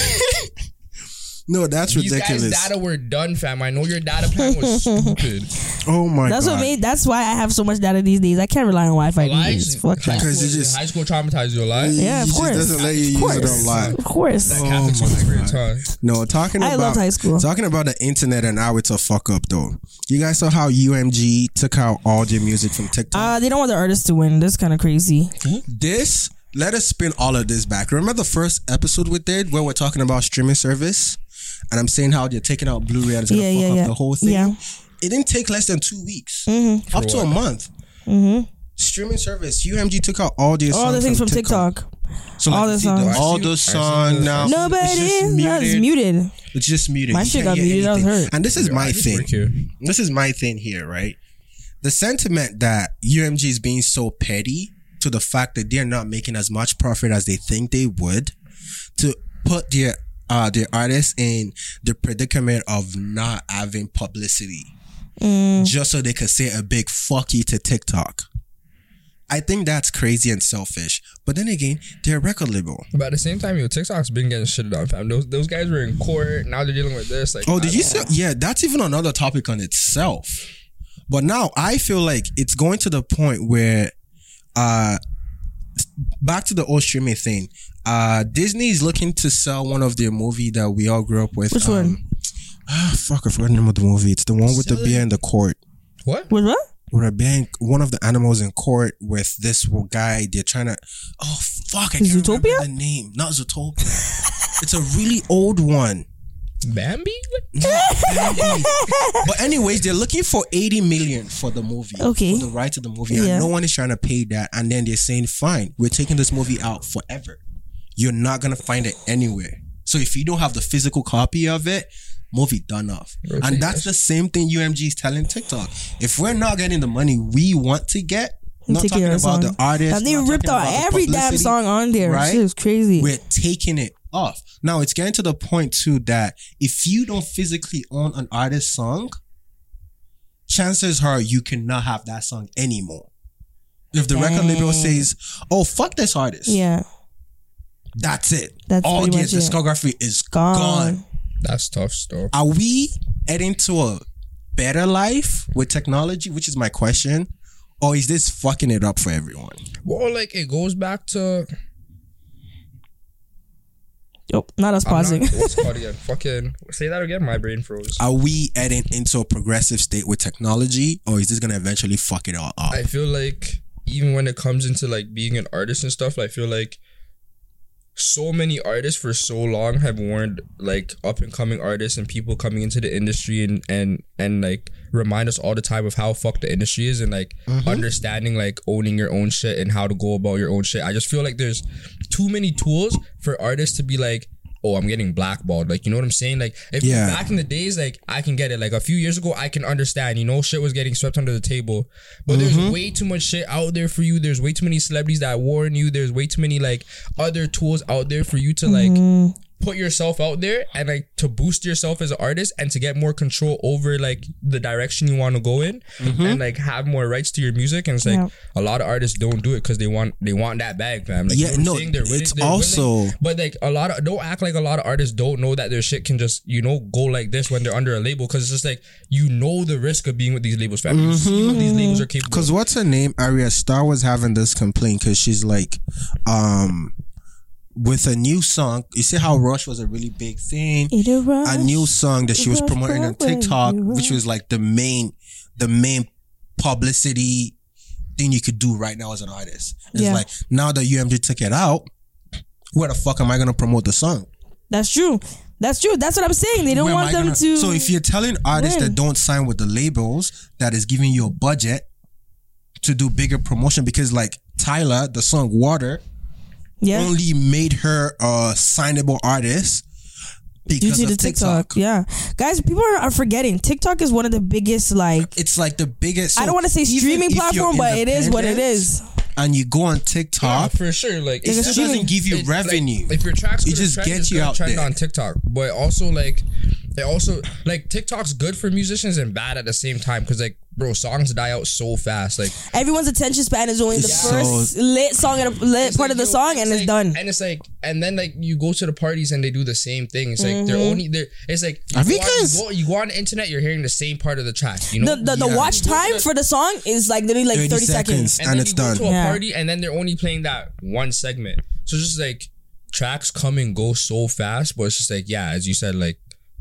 No, that's These guys' ridiculous. data were done, fam. I know your data plan was stupid. Oh my That's what god. made. That's why I have so much data these days. I can't rely on Wi-Fi Well, I these days. actually- Fuck high that. Because school- you just- high school traumatized you a lot. He- Yeah, of he course. Just doesn't let you use it Of course. online. Of course. Oh Catholic my school experience, huh? No, talking I about loved high school. talking about the internet and how it's a fuck up though. You guys saw how UMG took out all their music from TikTok. Uh, they don't want the artists to win. That's kind of crazy. this let us spin all of this back. Remember the first episode we did where we're talking about streaming service, and I'm saying how they're taking out Blu-ray and it's gonna Yeah, fuck yeah, up yeah. the whole thing. Yeah. Mm-hmm. It didn't take less than two weeks, up to a month. Streaming service UMG took out all their All songs the things from TikTok. TikTok. So All you the see songs. all I've seen- those I've seen songs those now. it's Nobody. just That's muted. It's just muted. My You can't shit got hear muted. I was anything. hurt. And this is my I just thing. work here. This is my thing here, right? The sentiment that UMG is being so petty to the fact that they're not making as much profit as they think they would to put their uh their artists in the predicament of not having publicity Mm. just so they could say a big fuck you to TikTok. I think that's crazy and selfish. But then again, they're a record label. But at the same time, yo, TikTok's been getting shitted on, fam. Those those guys were in court. Now they're dealing with this. Like, Oh, did I you don't- see? Yeah, that's even another topic on itself. But now I feel like it's going to the point where, uh, back to the old streaming thing. Uh, Disney is looking to sell one of their movie that we all grew up with. Which one? Ah, fuck! I forgot the name of the movie. It's the one with the bear in the court. What? With what? With a bear, in- one of the animals in court with this guy. They're trying to. Oh fuck! I can't Zootopia? remember the name. Not Zootopia. it's a really old one. Bambi? But anyways, they're looking for 80 million for the movie. Okay. For the right to the movie. Yeah. And no one is trying to pay that. And then they're saying, fine, we're taking this movie out forever. You're not gonna find it anywhere. So if you don't have the physical copy of it, movie done off. And that's the same thing UMG is telling TikTok. If we're not getting the money we want to get, not Take talking care about of song. the artist. And they not ripped talking out about the every damn publicity, song on there. right? Shit was crazy. we're taking it off. Now it's getting to the point too that if you don't physically own an artist's song, chances are you cannot have that song anymore. If the record label says, "Oh fuck this artist," yeah. that's it. That's All pretty their much it. discography is Gone. gone. That's tough stuff. Are we heading to a better life with technology, which is my question, or is this fucking it up for everyone? Well, like it goes back to Oh, not us I'm not- pausing. what's it called again? Fucking say that again. My brain froze. Are we heading into a progressive state with technology, or is this gonna eventually fuck it all up? I feel like even when it comes into like being an artist and stuff, I feel like so many artists for so long have warned like up and coming artists and people coming into the industry and and and like remind us all the time of how fucked the industry is and like understanding like owning your own shit and how to go about your own shit. I just feel like there's too many tools for artists to be like Oh, I'm getting blackballed. Like, you know what I'm saying? Like, if Yeah. back in the days, like, I can get it. Like, a few years ago, I can understand, you know, shit was getting swept under the table. But Mm-hmm. there's way too much shit out there for you. There's way too many celebrities that warn you. There's way too many, like, other tools out there for you to, like, Mm-hmm. put yourself out there and, like, to boost yourself as an artist and to get more control over, like, the direction you want to go in Mm-hmm. and, like, have more rights to your music. And it's like, Yeah. a lot of artists don't do it because they want, they want that bag, fam. Like, Yeah, you know what I'm no, saying? They're willing- it's they're willing- also- but like a lot of don't act like a lot of artists don't know that their shit can just you know go like this when they're under a label because it's just like you know the risk of being with these labels. Fam. You see what these labels are capable. Mm-hmm. Cause what's her name? Aria Star was having this complaint because she's like, um, with a new song. You see how Rush was a really big thing. Either Rush. A new song that she was Rush promoting on Broadway, TikTok, you which was like the main, the main publicity thing you could do right now as an artist. It's Yeah. like now that UMG took it out, where the fuck am I gonna promote the song? That's true. That's true. That's what I'm saying. They don't Where am want I them gonna- to. So if you're telling artists win. that don't sign with the labels that is giving you a budget to do bigger promotion, because like Tyler, the song Water, Yeah. only made her a signable artist Due because to of the TikTok. Yeah. Guys, people are, are forgetting. TikTok is one of the biggest, like, It's like the biggest. I don't want to say even streaming if you're platform, but it is what it independent is. And you go on Yeah, TikTok, for sure. Like it it's still doesn't give you it- revenue. Like, if your tracks, It gonna just trend, gets it's you gonna out trend there. on TikTok, but also like it also like TikTok's good for musicians and bad at the same time because like bro, songs die out so fast. Like Everyone's attention span is only the It's first lit song and a lit It's part like, of the yo, song, and it's like- done. And it's like, and then like you go to the parties and they do the same thing. It's like they're Mm-hmm. only they're. It's like you I go, think on, you, it's- go, you go on the internet, you're hearing the same part of the track. You know The, the, the Yeah. watch time for the song is like literally like 30 30 seconds. seconds. and then it's you go done. To a Yeah. party, and then they're only playing that one segment. So just like tracks come and go so fast, but it's just like yeah, as you said, like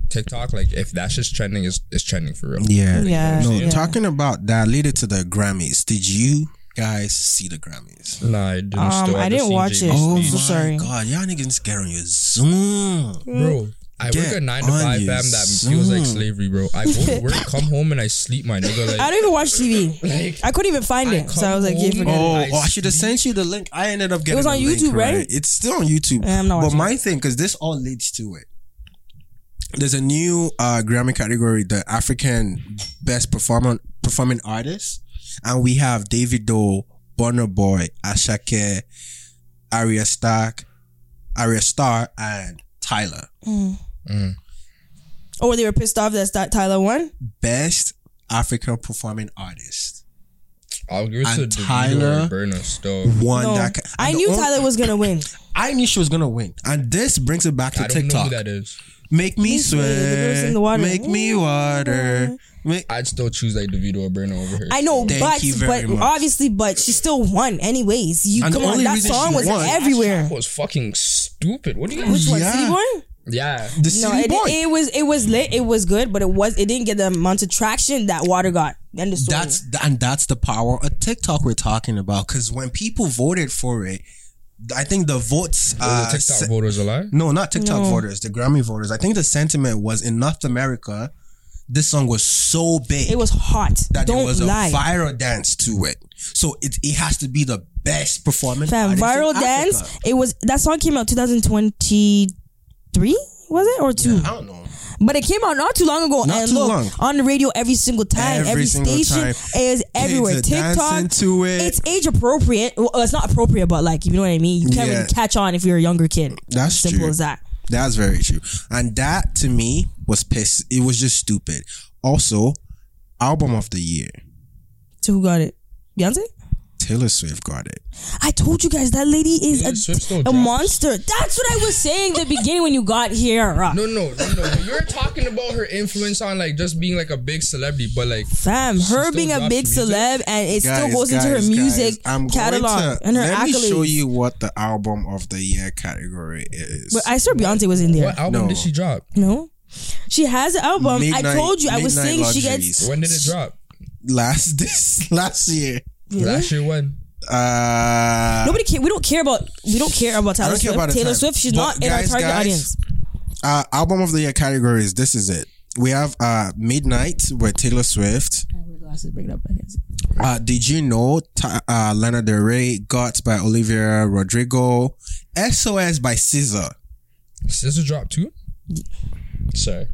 TikTok, like if that's just trending, is is trending for real. Yeah. Yeah, No, yeah. talking about that leaded to the Grammys. Did you guys see the Grammys? Nah, I didn't. Um, still, I just didn't seen watch Jay-Z it. Oh sneeze. so sorry. God, y'all niggas get on your Zoom. bro. I work Get a nine to five on fam your that feels like Zoom. slavery, bro. I go to work, come home, and I sleep, my nigga. I Like, don't even watch TV. like I couldn't even find I it. So I was like, yeah, come forget home- it. Oh, I oh, I should have sent you the link. I ended up getting was on the link, YouTube, right? It's still on YouTube. Yeah, I'm not but watching my thing, because this all leads to it. There's a new uh, Grammy category, the African Best Performer Performing Artist, and we have David Doe, Burner Boy, Ashake, Aria Stark, Aria Star, and Tyler. Oh, they were pissed off that Sti- Tyler won. Best African Performing Artist. I'll give it to And Tyler Tyler- and Burner still. One No, that ca- I and the knew on- Tyler was gonna win. I knew she was gonna win, and this brings it back to I don't know TikTok. who that is. Make me Me swim, the girls sweat. in the water. Make me water. Make, I'd still choose like DeVito or Burner over her. I know, Thank but you very but much. obviously, but she still won anyways. You And the come on, only that reason song she was won- everywhere. That was fucking stupid. What do you Which guys? one? Yeah. City Boy? Yeah. the No, city it, boy. it was it was lit. It was good, but it was it didn't get the amount of traction that Water got. End of story. that's and that's the power of TikTok we're talking about. Because when people voted for it, I think the votes. Uh, Uh, the TikTok se- voters alive. no, not TikTok No. voters. The Grammy voters. I think the sentiment was in North America. This song was so big it was hot. that Don't there was lie. a viral dance to it. So it it has to be the best performance. Fam, artist in viral Africa. dance. It was that song came out 2023 was it or two? I don't know. But it came out not too long ago. Not and too look, long. on the radio every single time, every, Every single station time. is everywhere. Kids are dancing TikTok to it. It's age appropriate. Well, it's not appropriate, but like you know what I mean. You can't Yeah. really catch on if you're a younger kid. That's simple true. as that. That's very true. And that to me was piss. It was just stupid. Also, album of the year, So who got it? Beyonce. Taylor Swift got it. I told you guys that lady is Taylor Swift still a, a drops. monster. That's what I was saying at the beginning when you got here. No, no, no, no. But you're talking about her influence on like just being like a big celebrity, but like Fam, her still being a drops big music? celeb and it still Guys, goes into her guys, music guys, I'm going catalog to- and her Let accolades. me show you what the album of the year category is. But I swear Beyonce was in there. what album No. did she drop? No. She has an album. I Midnight- told you. I was Midnight saying she Luxuries. gets. When did it drop? last this last year. Really? Last year when? Uh, Nobody care. We don't care about. We don't care about Taylor don't care Swift. about the Taylor time. Swift. She's But not in our guys, target guys, audience. uh, album of the year categories. This is it. We have uh, Midnight with Taylor Swift. Uh, did you know Ta- uh, Lana Del Rey, Got by Olivia Rodrigo, SOS by SZA? Scissor dropped too. Sorry.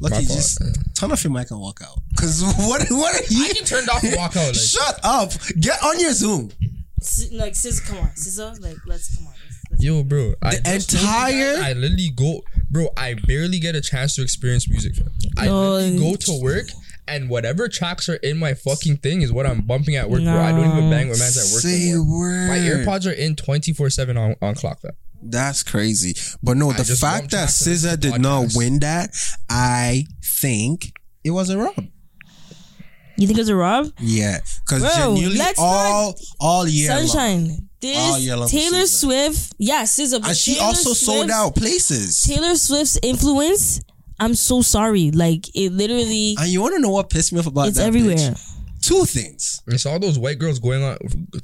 Lucky, fault. just turn off your mic and walk out. Cause what? What are you? I can turn off and walk out. Like, Shut up! Get on your Zoom. S- Like SZA, come on, SZA, like let's come on. Let's- let's- yo, bro. I The just told you entire- guys, I literally go, bro. I barely get a chance to experience music. fam. I literally No. go to work. And whatever tracks are in my fucking thing is what I'm bumping at work, bro. I don't even bang with man's at work. Say anymore. word. My AirPods are in 24 7 on, on clock, fam. That's crazy. But no, the just fact bumped that after this SZA did not podcast. win that, I think it was a rob. You think it's a rob? Yeah, because Bro, genuinely let's all all year long. Sunshine. This Oh, yeah, I love Taylor SZA. Swift. Yeah, SZA. but and she Taylor also sold Swift's- out places. Taylor Swift's influence. I'm so sorry. Like it literally. And you want to know what pissed me off about it's that? everywhere. bitch? Two things. It's all those white girls going on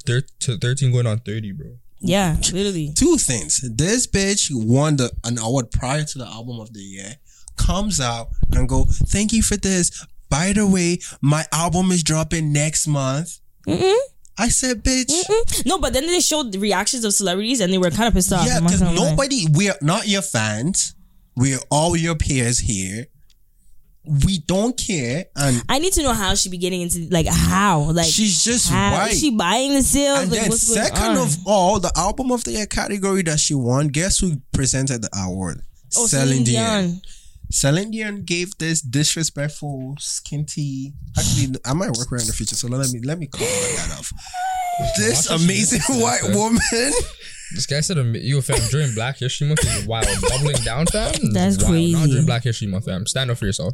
thir- to 13 going on 30, bro. Yeah, literally. Two things. This bitch won the, an award prior to the album of the year. Comes out and go, thank you for this. By the way, my album is dropping next month. Mm-mm. I said, bitch. Mm-mm. No, but then they showed the reactions of celebrities and they were kind of pissed off. Yeah, I'm not because gonna lie. nobody, we're not your fans. We're all your peers here. We don't care. And I need to know how she be getting into like how like she's just how, white. is she buying the sales? and like then, what's going second on? of all, the album of the year category that she won, guess who presented the award? oh, Celine Dion. Celine Dion gave this disrespectful, skinty. Actually, I might work around the future, so let me let me call that off. This Watch it, amazing she- white woman. This guy said um, you fam during Black History Month is wild. Doubling down, fam. is wild. That's Not crazy. during Black History Month, fam. Stand up for yourself.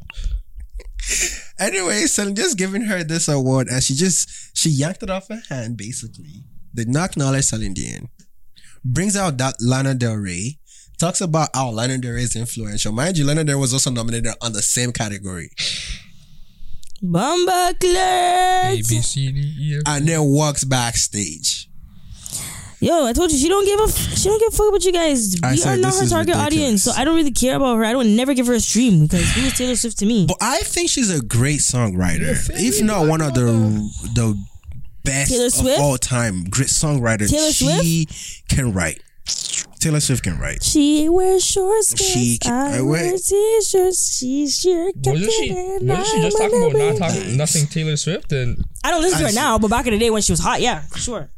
anyway, so I'm just giving her this award, and she just she yanked it off her hand. Basically, did not acknowledge Celine Dion. Brings out that Lana Del Rey. Talks about how Lana Del Rey is influential. Mind you, Lana Del Rey was also nominated on the same category. Bumba A B Clark. C D E. F. And then walks backstage. Yo, I told you she don't give a f- she don't give a fuck about you guys. I we said are not this her is target ridiculous. audience, so I don't really care about her. I don't never give her a stream because who is Taylor Swift to me? But I think she's a great songwriter, if not one of the the best Taylor Swift? of all time. Great songwriter. Taylor she can write. Taylor Swift can write. She wears short skirts. She- I I wear wear- t-shirts. She's your captain. Wasn't she? and Wasn't she I'm just a talking about not liberal. talking nothing Taylor Swift and I don't listen to I her see. now, but back in the day when she was hot, yeah, sure.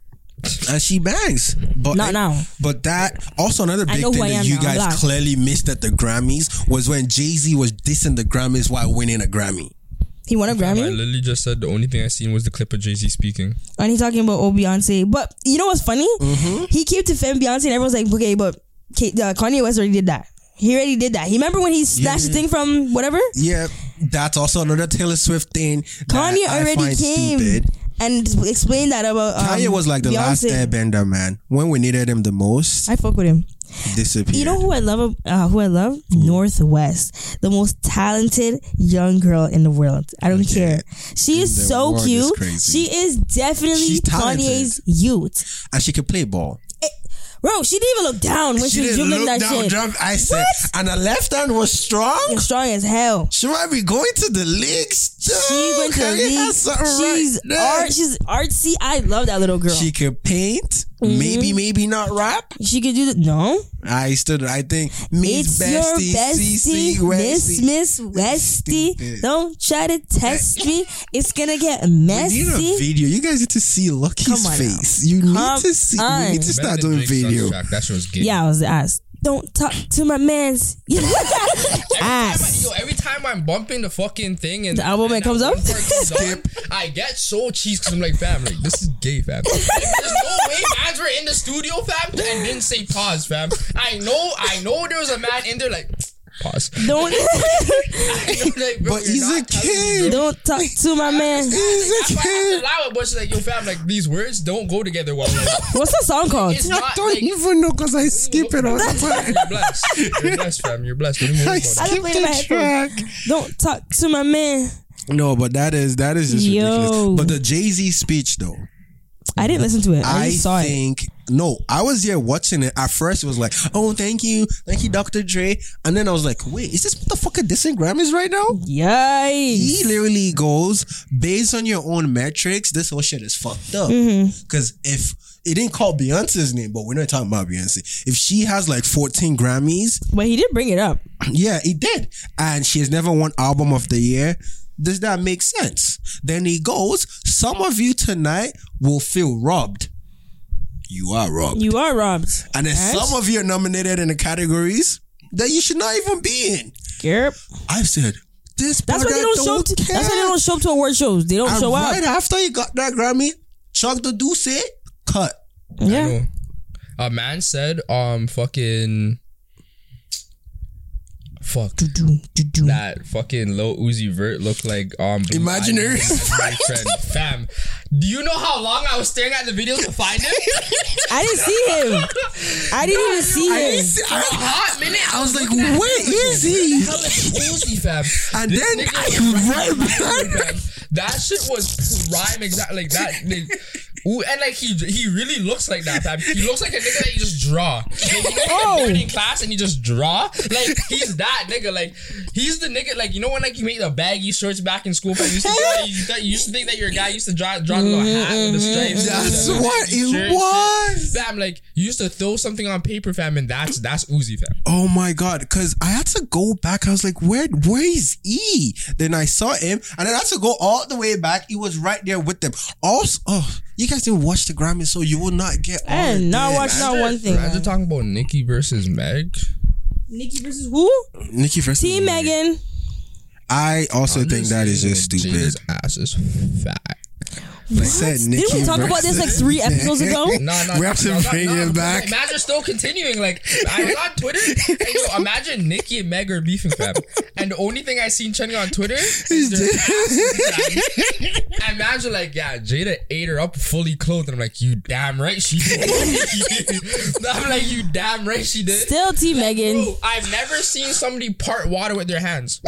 And she bangs. But Not now. But that also another I big know thing who I am that you now, guys black. clearly missed at the Grammys was when Jay Z was dissing the Grammys while winning a Grammy. He won a I Grammy, literally just said the only thing I seen was the clip of Jay Z speaking. and he's talking about oh Beyonce. But you know what's funny? Mm-hmm. He came to fame Beyonce, and everyone's like, okay, but K- uh, Kanye West already did that. He already did that. He remember when he snatched the thing from whatever? Yeah, that's also another Taylor Swift thing. that Kanye I already find came stupid. and explained that about um, Kanye was like the last Beyonce. airbender man. When we needed him the most, I fuck with him. disappeared. You know who I love? Uh, who I love? Northwest, the most talented young girl in the world. I don't care. She the is so world is cute. crazy. she is definitely She's talented. Kanye's youth, and she could play ball. bro. She didn't even look down when she, was dribbling that shit. jump. I said, and her left hand was strong. She's strong as hell. She might be going to the leagues. She went to the league. She's art. She's artsy. I love that little girl. She She, could paint, Mm-hmm. maybe, maybe not rap. could do the no. I stood. I think Miss it's Bestie, your CC bestie, Miss Westie. Miss Westy. Stupid. Don't try to test me. It's gonna get messy. Need a video. You guys need to see Come Lucky's on face. You Come need to see. on. You need to Better start than doing Drake's son's video. track. That shit was gay. Yeah, I was ass. Don't talk to my mans. ass. Yo, every time I'm bumping the fucking thing and The album and it comes that up? one part comes up, I get so cheese because I'm like, fam, like this is gay, fam. There's no way mans were in the studio, fam, and didn't say pause, fam. I know, I know, there was a man in there like pause. Don't You know, like, bro, But you're he's a not telling me, kid. don't talk to my man. He's That's a why I have to kid. allow it, but she's like, yo, fam, like these words don't go together well. Like, What's that song called? it's I not don't like, even know because I skip it all the You're blessed. You're blessed, fam. You're blessed. Don't even time. worry I about it. skip playing my the track. Don't talk to my man. No, but that is that is just Yo. ridiculous. But the Jay Z speech though, I didn't listen to it. I, I just saw it. think no, I was here watching it. At first, it was like, oh, thank you, thank you, Dr. Dre, and then I was like, wait, is this motherfucker dissing Grammys right now? Yikes. He literally goes based on your own metrics. This whole shit is fucked up. Mm-hmm. Because if it didn't call Beyonce's name, but we're not talking about Beyonce. If she has like 14 Grammys, But he did bring it up. yeah, he did. And she has never won album of the year. Does that make sense? Then he goes, Some of you tonight will feel robbed. You are robbed. You are robbed. and then Right? some of you are nominated in the categories that you should not even be in. Yep. I've said, This That's why they don't, show up to, care. That's why they don't show up to award shows. They don't And show right up. after he got that Grammy, Chuck the Deuce cut. I Yeah. know. A man said, um, fucking. Fuck. Do-do, do-do. That fucking low Uzi Vert looked like um Blue Imaginary Ivy's boyfriend. Fam, do you know how long I was staring at the video to find it? I didn't see him. I didn't even see I him. didn't see- A I- hot minute. I was like, where is he? Hell is Uzi, fam. And This then nigga I was right right behind behind her, fam. that shit was prime exact like that. Like, Ooh, and like he he really looks like that. fam. He looks like a nigga that you just draw. Like, you know, Oh. oh. in class and you just draw. Like he's that nigga. Like he's the nigga. Like you know when like you make the baggy shirts back in school. Fam, you, used to, you, thought- you used to think that you're a guy. You used to draw draw a little hat with the stripes. That's and the what it shirt and shit. was. Fam, like you used to throw something on paper, fam, and that's that's Uzi, fam. Oh my god! Because I had to go back. I was like, "Where? Where is E?" Then I saw him, and then I had to go all the way back. He was right there with them. Also, oh, you guys didn't watch the Grammys, so you will not get. all I of did not this. watch not one thing. Imagine talking about Nicki versus Meg. Nikki versus who? Nicki versus Team Meg. Megan. I Oh, also think that is just Honestly, stupid. Jada's ass is fat. They said Didn't we Nicki talk about this like versus- three episodes ago? No, no, We have to no, no, bring no, because, it back. like, Imagine still continuing. Like I was on Twitter. and, yo, imagine Nikki and Meg are beefing fam. And the only thing I seen trending on Twitter is their asses, fam. Imagine like yeah, Jada ate her up fully clothed, and I'm like, you damn right she did. I'm like, you damn right she did. Still Team Megan. Bro, I've never seen somebody part water with their hands.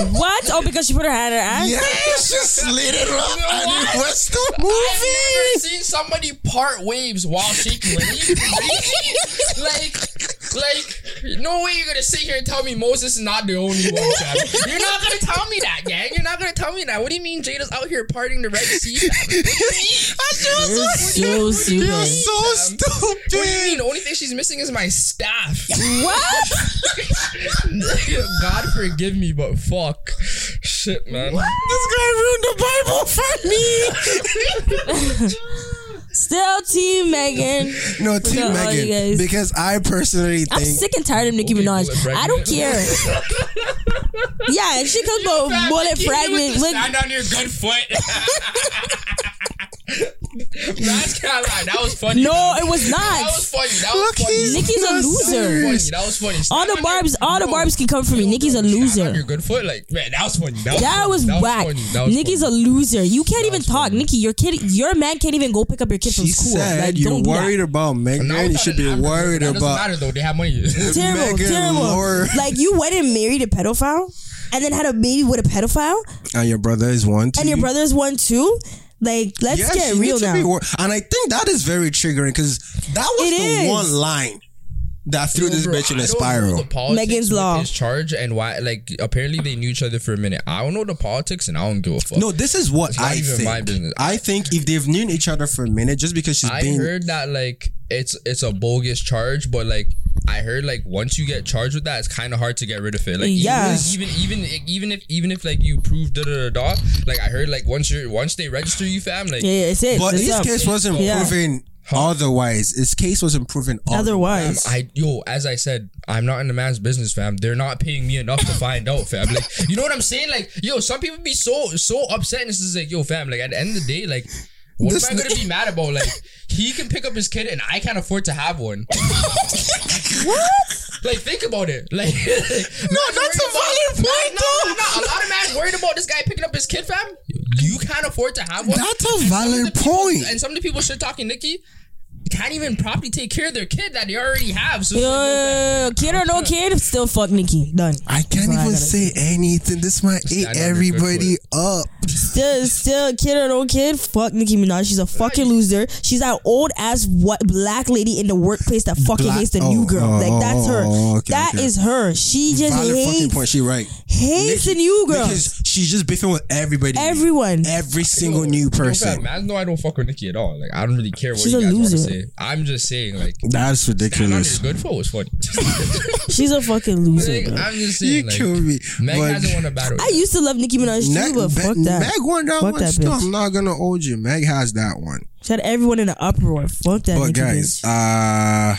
What? Oh, because she put her hand in her ass? Yeah, she slid it up, and it was the I've never movie. seen somebody part waves while shaking. Like, are you crazy? like, like, no way you're gonna sit here and tell me Moses is not the only one. Fam. You're not gonna tell me that, gang. You're not gonna tell me that. What do you mean Jada's out here partying the Red Sea? fam? So You're What do you so stupid. mean? stupid. The only thing she's missing is my staff. What? God forgive me, but fuck, shit, man. This guy ruined the Bible for me. Still Team Megan. No, Team all you Megan, guys. because I personally I'm think sick and tired of Nicki Minaj. bullet fragment. I don't care. yeah, if she comes about Fam, bullet Nicki, you with fragment. the Look, Stand on your good foot. That's kinda right. That was funny. no, it was That was not. funny. That Look, was funny. he's Nicki's a not loser. serious. funny. That was funny. All Stand the on barbs, your- all the No, barbs can come from me. Nicki's a Stand on your loser. good foot, like man, that was funny. That was, That funny. was whack. funny. That was Nicki's funny. a loser. You can't even was talk, funny. Nikki. Your kid, your man can't even go pick up your kid she from school. said Like, you're don't do that. worried about Megan. Now it's You not should an be average, worried that Doesn't about matter though. They have money. terrible, Megan terrible. Laura. Like you went and married a pedophile, and then had a baby with a pedophile, and your brother is one. and your too. brother's one too. Like, let's Yeah, get she real needs to be now. wor- and I think that is very triggering because that was It the is. one line that threw this Bro, bitch in I a don't know spiral. the politics Megan's with Law. This charge and why? Like apparently they knew each other for a minute. I don't know the politics and I don't give a fuck. No, this is what not I even think. my business. I think if they've known each other for a minute, just because she's I being heard that like it's it's a bogus charge, but like I heard like once you get charged with that, it's kind of hard to get rid of it. Like Yeah. even even even even if even if like you prove da da da da, like I heard like once you are once they register you, fam, like Yeah, it's it. But it's his up. case wasn't Yeah. proven otherwise. His case wasn't proven fam, Otherwise, I yo, as I said, I'm not in the man's business, fam. They're not paying me enough to find out, fam. Like, you know what I'm saying? Like, yo, some people be so so upset, and it's just like, yo, fam. Like, at the end of the day, like, what This am I gonna be mad about? Like, he can pick up his kid, and I can't afford to have one. what? Like, think about it. Like, no, that's a valid point, No, no, though. no. A lot of men worried about this guy picking up his kid, fam. You can't afford to have one. That's a And some of the valid people- point. And some of the people shit talking Nikki can't even properly take care of their kid that they already have. So it's like, yo, fam, Yo, kid or no kid, still fuck Nikki. Done. I can't That's all I even gotta say anything. This might eat on your good everybody up. Still, still, kid or no kid, fuck Nicki Minaj. She's a fucking loser. She's that old ass what black lady in the workplace that fucking Black- hates the oh, new girl. oh, like that's her. oh, okay, That is okay. her. She just Valid fucking hates, point. She right. hates the new girl. Because she's just beefing with everybody. Everyone. Every single new fam, person. man, no, I don't fuck with Nikki at all. Like, I don't really care what She's you a guys want to loser. say. I'm just saying, like, That's on ridiculous. your good foot was funny. She's a fucking loser. Like, Bro. I'm just You saying, like, kill me. Meg But- hasn't won a battle. I used to love Nicki Minaj too, Meg, but Meg- fuck that. Meg won that Fuck one. that still. bitch. I'm not gonna hold you. Meg has that one. She had everyone in an uproar. Fuck that. But Nicki guys, bitch. uh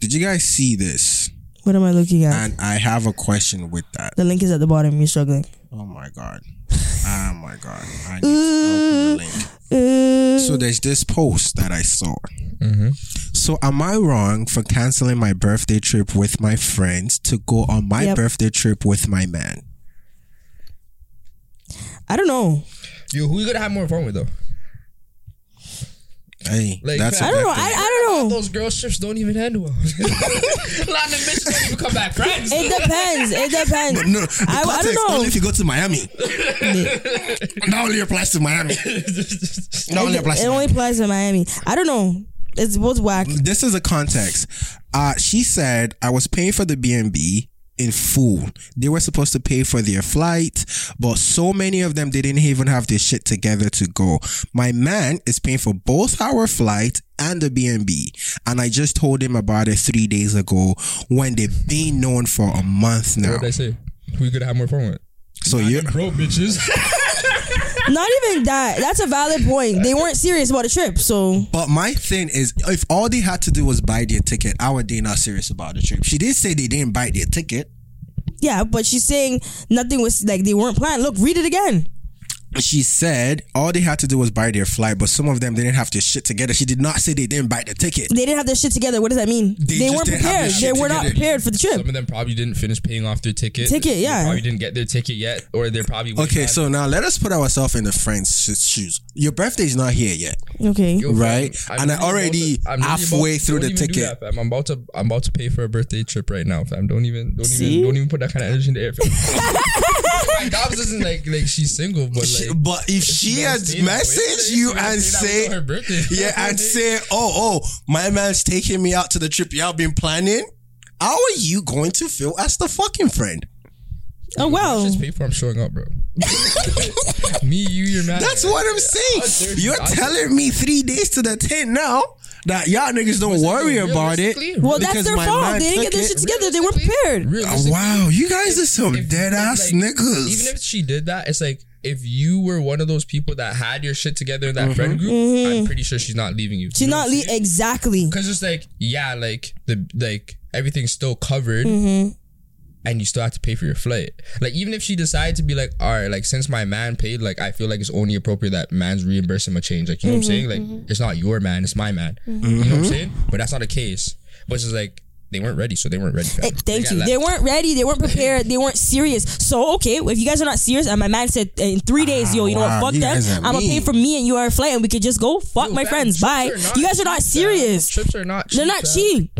did you guys see this? what am I looking at? And I have a question with that. the link is at the bottom. You're struggling. Oh my god. Oh my god. I need to open the link. Uh, So there's this post that I saw. Mm-hmm. So am I wrong for canceling my birthday trip with my friends to go on my Yep. birthday trip with my man? I don't know. Yo, who you gonna have more fun with though? Hey, Like, that's I I don't know. subjective. I, I don't know. All those girl ships don't even end well. a lot of them bitches don't even come back friends. It depends. It depends. No, the I- I don't context, know. only if you go to Miami. that only applies to Miami. That only it, applies it to only Miami. applies to Miami. I don't know. It's both whack. This is a context. Uh, she said, I was paying for the B&B in full. They were supposed to pay for their flight, but so many of them they didn't even have their shit together to go. My man is paying for both our flight and the B&B. And I just told him about it three days ago when they've been known for a month now. What did I say? We could have more fun with. So you're... Bro, bitches. Not even that. That's a valid point. They weren't serious about the trip, so But my thing is, if all they had to do was buy their ticket, how are they not serious about the trip? She did say they didn't buy their ticket. yeah. But she's saying nothing was like they weren't planned. Look, read it again. She said all they had to do was buy their flight, but some of them didn't have their shit together. She did not say they didn't buy the ticket. They didn't have their shit together. What does that mean? They, just weren't didn't have their prepared. They shit were not together. prepared for the trip. Some of them probably didn't finish paying off their ticket. Ticket, They yeah. probably didn't get their ticket yet, or they're probably waiting Okay, on- so now let us put ourselves in the friend's shoes. Your birthday's not here yet. Okay. Yo, fam, Right? I'm And literally I about already to- I'm literally halfway about- through don't the even do ticket. that, fam. I'm about to. I'm about to pay for a birthday trip right now, fam. Don't even. Don't See? even. Don't even put that kind of energy in the air. Fam. My Dobbs isn't like like she's single, but like. She- but if she gonna had stay that way. messaged She's you gonna and stay that way say, till her birthday. yeah, and say, oh, oh, my man's taking me out to the trip y'all been planning, how are you going to feel as the fucking friend? Oh well. Just pay for I'm showing up, bro. Me, you, your man. That's what I'm I'll saying. do- You're I'll do- telling me three days to the ten now that y'all niggas don't worry about it. Realistically, Well, that's Because their my fault. man They didn't took get their it. shit together. They weren't prepared. Oh, realistically, wow, you guys are some if- dead ass if, like, niggas. Even if she did that, it's like if you were one of those people that had your shit together in that friend Mm-hmm. group, I'm pretty sure she's not leaving you. Mm-hmm. She's not le- exactly. because it's like yeah, like the like everything's still covered. Mm-hmm. And you still have to pay for your flight. Like even if she decided to be like, all right, like since my man paid, like I feel like it's only appropriate that man's reimbursing my change. Like you know what I'm saying? Like Mm-hmm. it's not your man, it's my man. You know what I'm saying? But that's not the case. But it's just like they weren't ready, so they weren't ready. fam. Eh, Thank got you. left. They weren't ready. They weren't prepared. They weren't serious. So okay, if you guys are not serious, and my man said in three days, yo, you know Ah, wow, what? you Fuck them. guys are I'm gonna pay mean. for me and you are a flight, and we could just go. Fuck Yo, my fam, friends. trips Bye. are not You guys cheap, are not fam. serious. Trips are not. Cheap, They're not fam. cheap.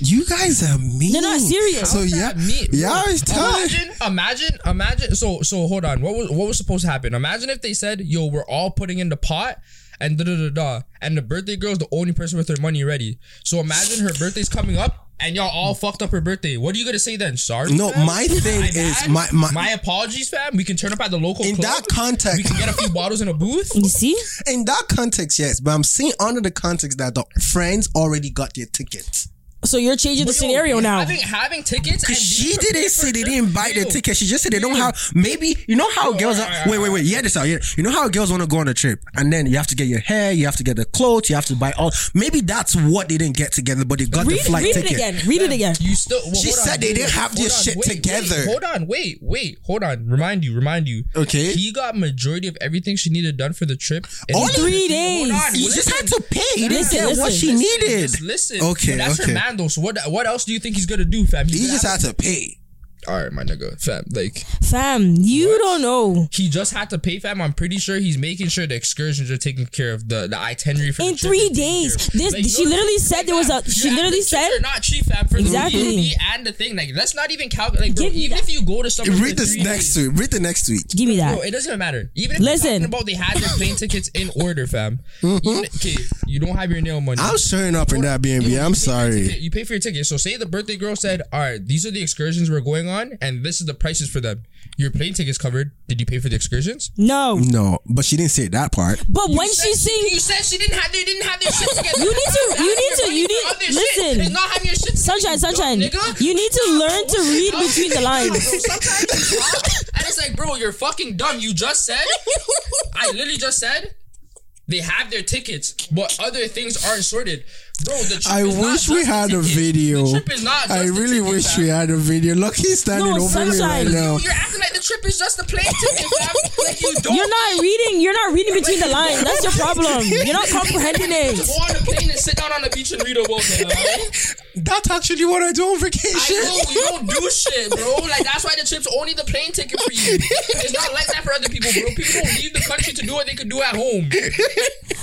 you guys are mean. They're not serious. So How's yeah, that mean, bro? y'all is telling. Imagine, imagine, imagine. So, so hold on. What was what was supposed to happen? Imagine if they said, "Yo, we're all putting in the pot." And da da da da. And the birthday girl's the only person with her money ready. So imagine her birthday's coming up, and y'all all fucked up her birthday. What are you gonna say then? Sorry. No, fam? my thing is bad? my my. My apologies, fam. We can turn up at the local in club. that context, we can get a few bottles in a booth. You see? in that context, yes, but I'm saying under the context that the friends already got their tickets. So you're changing the Yo, scenario now. Having having tickets. and being She prepared didn't for say they a didn't buy their trip. ticket. She just said they don't have. Maybe you know how girls are. Oh, Wait, wait, wait. Yeah, this out. Yeah, you know how girls want to go on a trip, and then you have to get your hair, you have to get the clothes, you have to buy all. Maybe that's what they didn't get together, but they got Read, the flight read it ticket. again. Read it again. You still. Well, She hold on, said they wait, didn't have their hold on, shit wait, together. wait, hold on, wait, wait, hold on. Remind you, remind you. Okay. He got majority of everything she needed done for the trip. in Only Three Hold days. on, You listen. just had to pay. You didn't Listen, get what listen, she Listen, needed. just listen. Okay, But that's okay. her man though. So what? What else do you think he's gonna do, fam? He's You gonna just have- had to pay. All right, my nigga, fam. Like Fam, you don't know. he just had to pay, fam. I'm pretty sure he's making sure the excursions are taken care of. The the itinerary for the In trip three is taken days. care of. This Like, she yo, literally said there was a Fam, she yeah, literally the said trips are not cheap, fam. For Exactly. the B and the thing, like let's not even calculate. Like, bro, Give me even that. if you go to somewhere, Read for this three next days, week. Read the next week. Give me No, that. it doesn't even matter. Even if you're Listen. talking about they had their plane tickets in order, fam. Mm-hmm. Even, okay, you don't have your nail money. I'm showing up in that BNB. I'm sorry. you pay for your ticket. So say the birthday girl said, "All right, these are the excursions we're going on, and this is the prices for them. Your plane ticket's covered. Did you pay for the excursions? No. No, but she didn't say that part. But when said she's she- saying you said she didn't have they didn't have their shit together. You need to- you need to- you need- Other shit listen. is not having your shit together, Sunshine, you dumb sunshine. nigga. You need to learn to read between the lines. Sometimes you drop, and it's like, bro, you're fucking dumb. You just said, I literally just said, they have their tickets, but other things aren't sorted, bro. The trip I is not wish just we the had a ticket. video. The trip is not. Just I the really ticket, wish fam. we had a video. Look, he's standing No, over sunshine. me right now. You're acting like the trip is just the plane ticket, fam. Like you don't. You're not reading. You're not reading between the lines. That's your problem. You're not Go comprehending it. on the plane and sit down on the beach and read a book. man, alright? That's actually what I do on I vacation. know you don't do shit, bro. Like that's why the trip's only the plane ticket for you. It's not like that for other people, bro. People don't leave the country to do what they could do at home.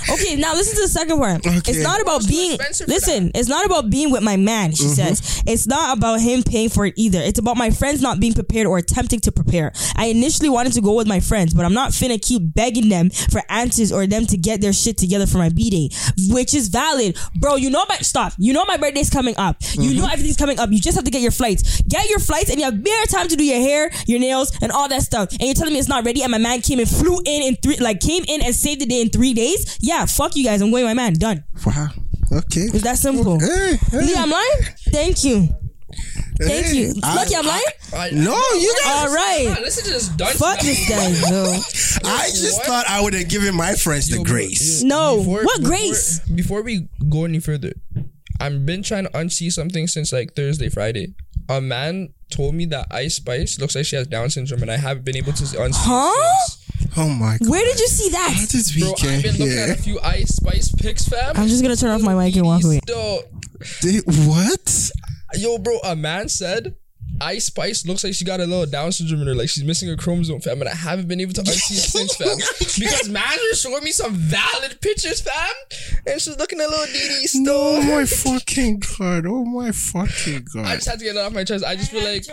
Okay, now listen to the second part. Okay. It's not about It's too being. expensive for Listen, it's not about being with my man. She says it's not about him paying for it either. It's about my friends not being prepared or attempting to prepare. I initially wanted to go with my friends, but I'm not finna keep begging them for answers or them to get their shit together for my b day, which is valid, bro. You know my stop. You know my birthday's coming up. You know everything's coming up. You just have to get your flights. Get your flights, and you have bare time to do your hair, your nails, and all that stuff. And you're telling me it's not ready. And my man came and flew in in three, like came in and saved the day in three days. Yeah, fuck you guys. I'm going, with my man. Done. Wow. Okay. It's that simple. Hey, hey, Lee, I'm lying? Thank you. Thank hey. you. I- Lucky I'm lying? No, you guys. All right. Nah, listen to this dunce. Fuck this guy, yo. I just What? thought I would have given my friends the Yo, grace. yo, No. What grace? Before we go any further, I've been trying to unsee something since like Thursday, Friday. A man told me that Ice Spice looks like she has Down syndrome, and I haven't been able to unsee. Huh? Oh my god. Where did you see that? What is Bro, I've been weekend looking here? at a few Ice Spice pics, fam. I'm just gonna turn off my mic and walk away. Yo, Did- What? yo, bro, a man said Ice Spice looks like she got a little Down syndrome in her, like she's missing a chromosome, fam, and I haven't been able to unsee it since, fam. Because Manager showed me some valid pictures, fam, and she's looking a little DD still. No, my fucking god. Oh my fucking I god. just had to get it off my chest. I just feel like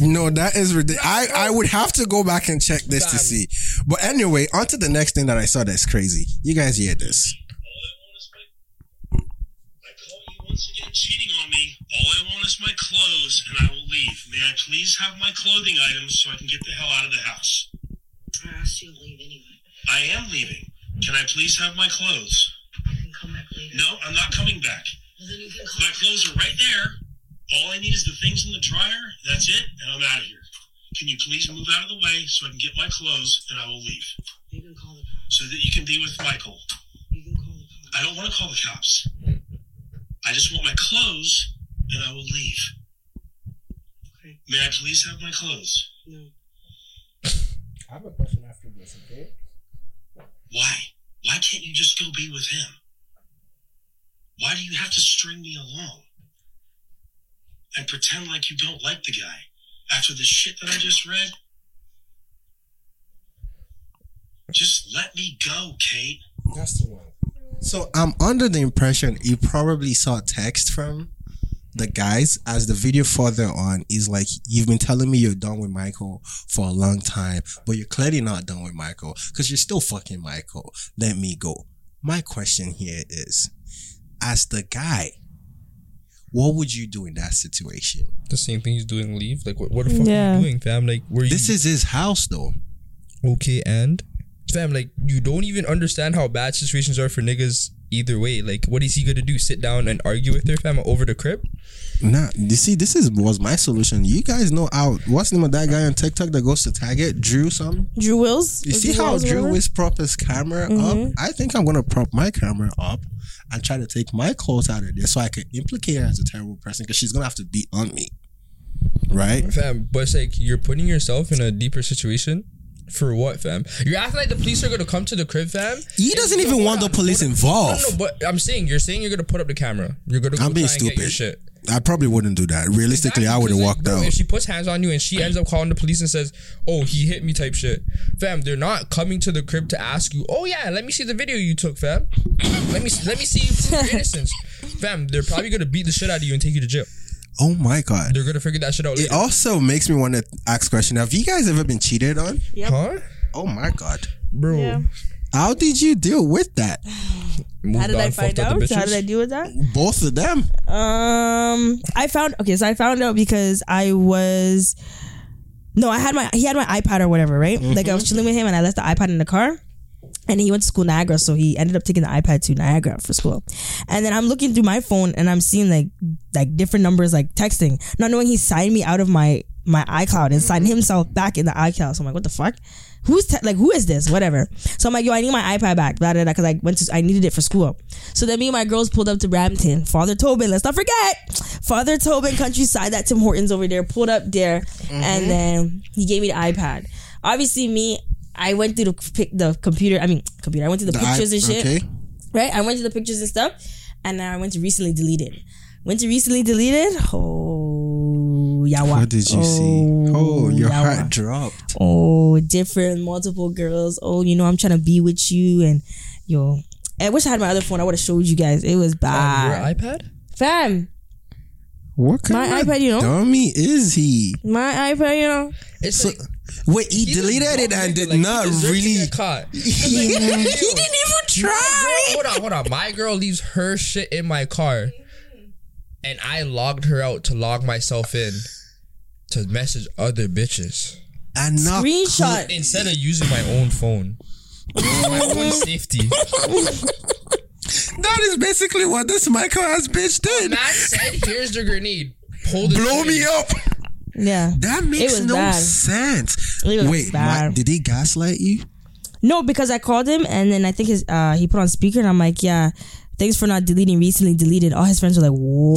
No, that is ridiculous. I, I would have to go back and check this to Fam. see. But anyway, on to the next thing that I saw that's crazy. You guys hear this. All I want is my. I caught you once again cheating on me. All I want is my clothes, and I will leave. May I please have my clothing items so I can get the hell out of the house? I asked you to leave anyway. I am leaving. Can I please have my clothes? You can come back later. No, I'm not coming back. Well, then you can call. My clothes are right there. All I need is the things in the dryer. That's it, and I'm out of here. Can you please move out of the way so I can get my clothes and I will leave You can call the cops. so that you can be with Michael? You can call the cops. I don't want to call the cops. I just want my clothes and I will leave. Okay. May I please have my clothes? No. I have a question after this, okay? Why? Why can't you just go be with him? Why do you have to string me along and pretend like you don't like the guy after the shit that I just read? Just let me go, Kate. That's the one. So I'm under the impression you probably saw text from the guys as the video further on is like you've been telling me you're done with Michael for a long time, but you're clearly not done with Michael because you're still fucking Michael. Let me go. My question here is, as the guy, what would you do in that situation? the same thing he's doing leave. Like what, what the fuck are Yeah. you doing, fam? Like were This you is his house though. okay and fam, like you don't even understand how bad situations are for niggas either way. Like what is he gonna do? Sit down and argue with her fam over the crib? Nah, you see, this is was my solution. You guys know how what's the name of that guy on TikTok that goes to Target? Drew something? Drew Wills? You Or see how Wills or Drew whatever? is prop his camera Mm-hmm. up? I think I'm gonna prop my camera up and try to take my clothes out of there so I can implicate her as a terrible person because she's gonna have to beat on me. Right? Fam, but it's like you're putting yourself in a deeper situation. For what, fam? You're acting like the police are gonna come to the crib, fam. He doesn't even want the police No, involved. no, but I'm saying you're saying you're gonna put up the camera. You're gonna. Go I'm being try and get your stupid. shit. Mm-hmm. I probably wouldn't do that. Realistically, I would have Because, like, walked bro, If out. she puts hands on you and she ends up calling the police and says, "Oh, he hit me," type shit, fam, they're not coming to the crib to ask you. Oh yeah, let me see the video you took, fam. let me let me see you prove your innocence, fam. They're probably gonna beat the shit out of you and take you to jail. Oh my god. They're gonna figure that shit out It later. also makes me want to ask question. Have you guys ever been cheated on? Huh, Oh my god. bro? Yeah. How did you deal with that? Moved How did on, I fucked find other out? How bitches. did I deal with that? Both of them. Um, I found okay, so I found out because I was no, I had my he had my iPad or whatever, right? Like I was chilling with him and I left the iPad in the car. And he went to school Niagara, so he ended up taking the iPad to Niagara for school. And then I'm looking through my phone and I'm seeing like like different numbers like texting, not knowing he signed me out of my my iCloud and signed himself back in the iCloud. So I'm like, what the fuck? Who's te- like who is this? Whatever. So I'm like, yo, I need my iPad back, blah blah blah, because I went to I needed it for school. So then me and my girls pulled up to Brampton. Father Tobin, let's not forget. Father Tobin countryside that Tim Hortons over there pulled up there, Mm-hmm. and then he gave me the iPad. Obviously, me. I went through the, pic- the computer. I mean, computer. I went through the, The I- pictures and shit Okay. right? I went to the pictures and stuff, and I went to recently deleted. Went to recently deleted. Oh yawa. What did you oh, see? Oh, your yawa. heart dropped. Oh, different, multiple girls. Oh, you know, I'm trying to be with you. And yo, I wish I had my other phone. I would have showed you guys. It was bad. your iPad? Fam, What My kind of iPad, you know? dummy is he? my iPad, you know. It's So- like, Wait, he he's a deleted dumb it and nigga, did like, he not deserves to really. get caught. He didn't even try. hold on, hold on. My girl leaves her shit in my car, and I logged her out to log myself in to message other bitches And not Screenshot. instead of using my own phone. my own safety. That is basically what this Michael ass bitch did. Man said, "Here's the grenade. Pull the Blow me up. Yeah. That makes was no bad. sense. It was Wait, bad. what- did he gaslight you? No, because I called him and then I think his uh he put on speaker and I'm like, yeah, thanks for not deleting recently deleted. All his friends were like, whoa.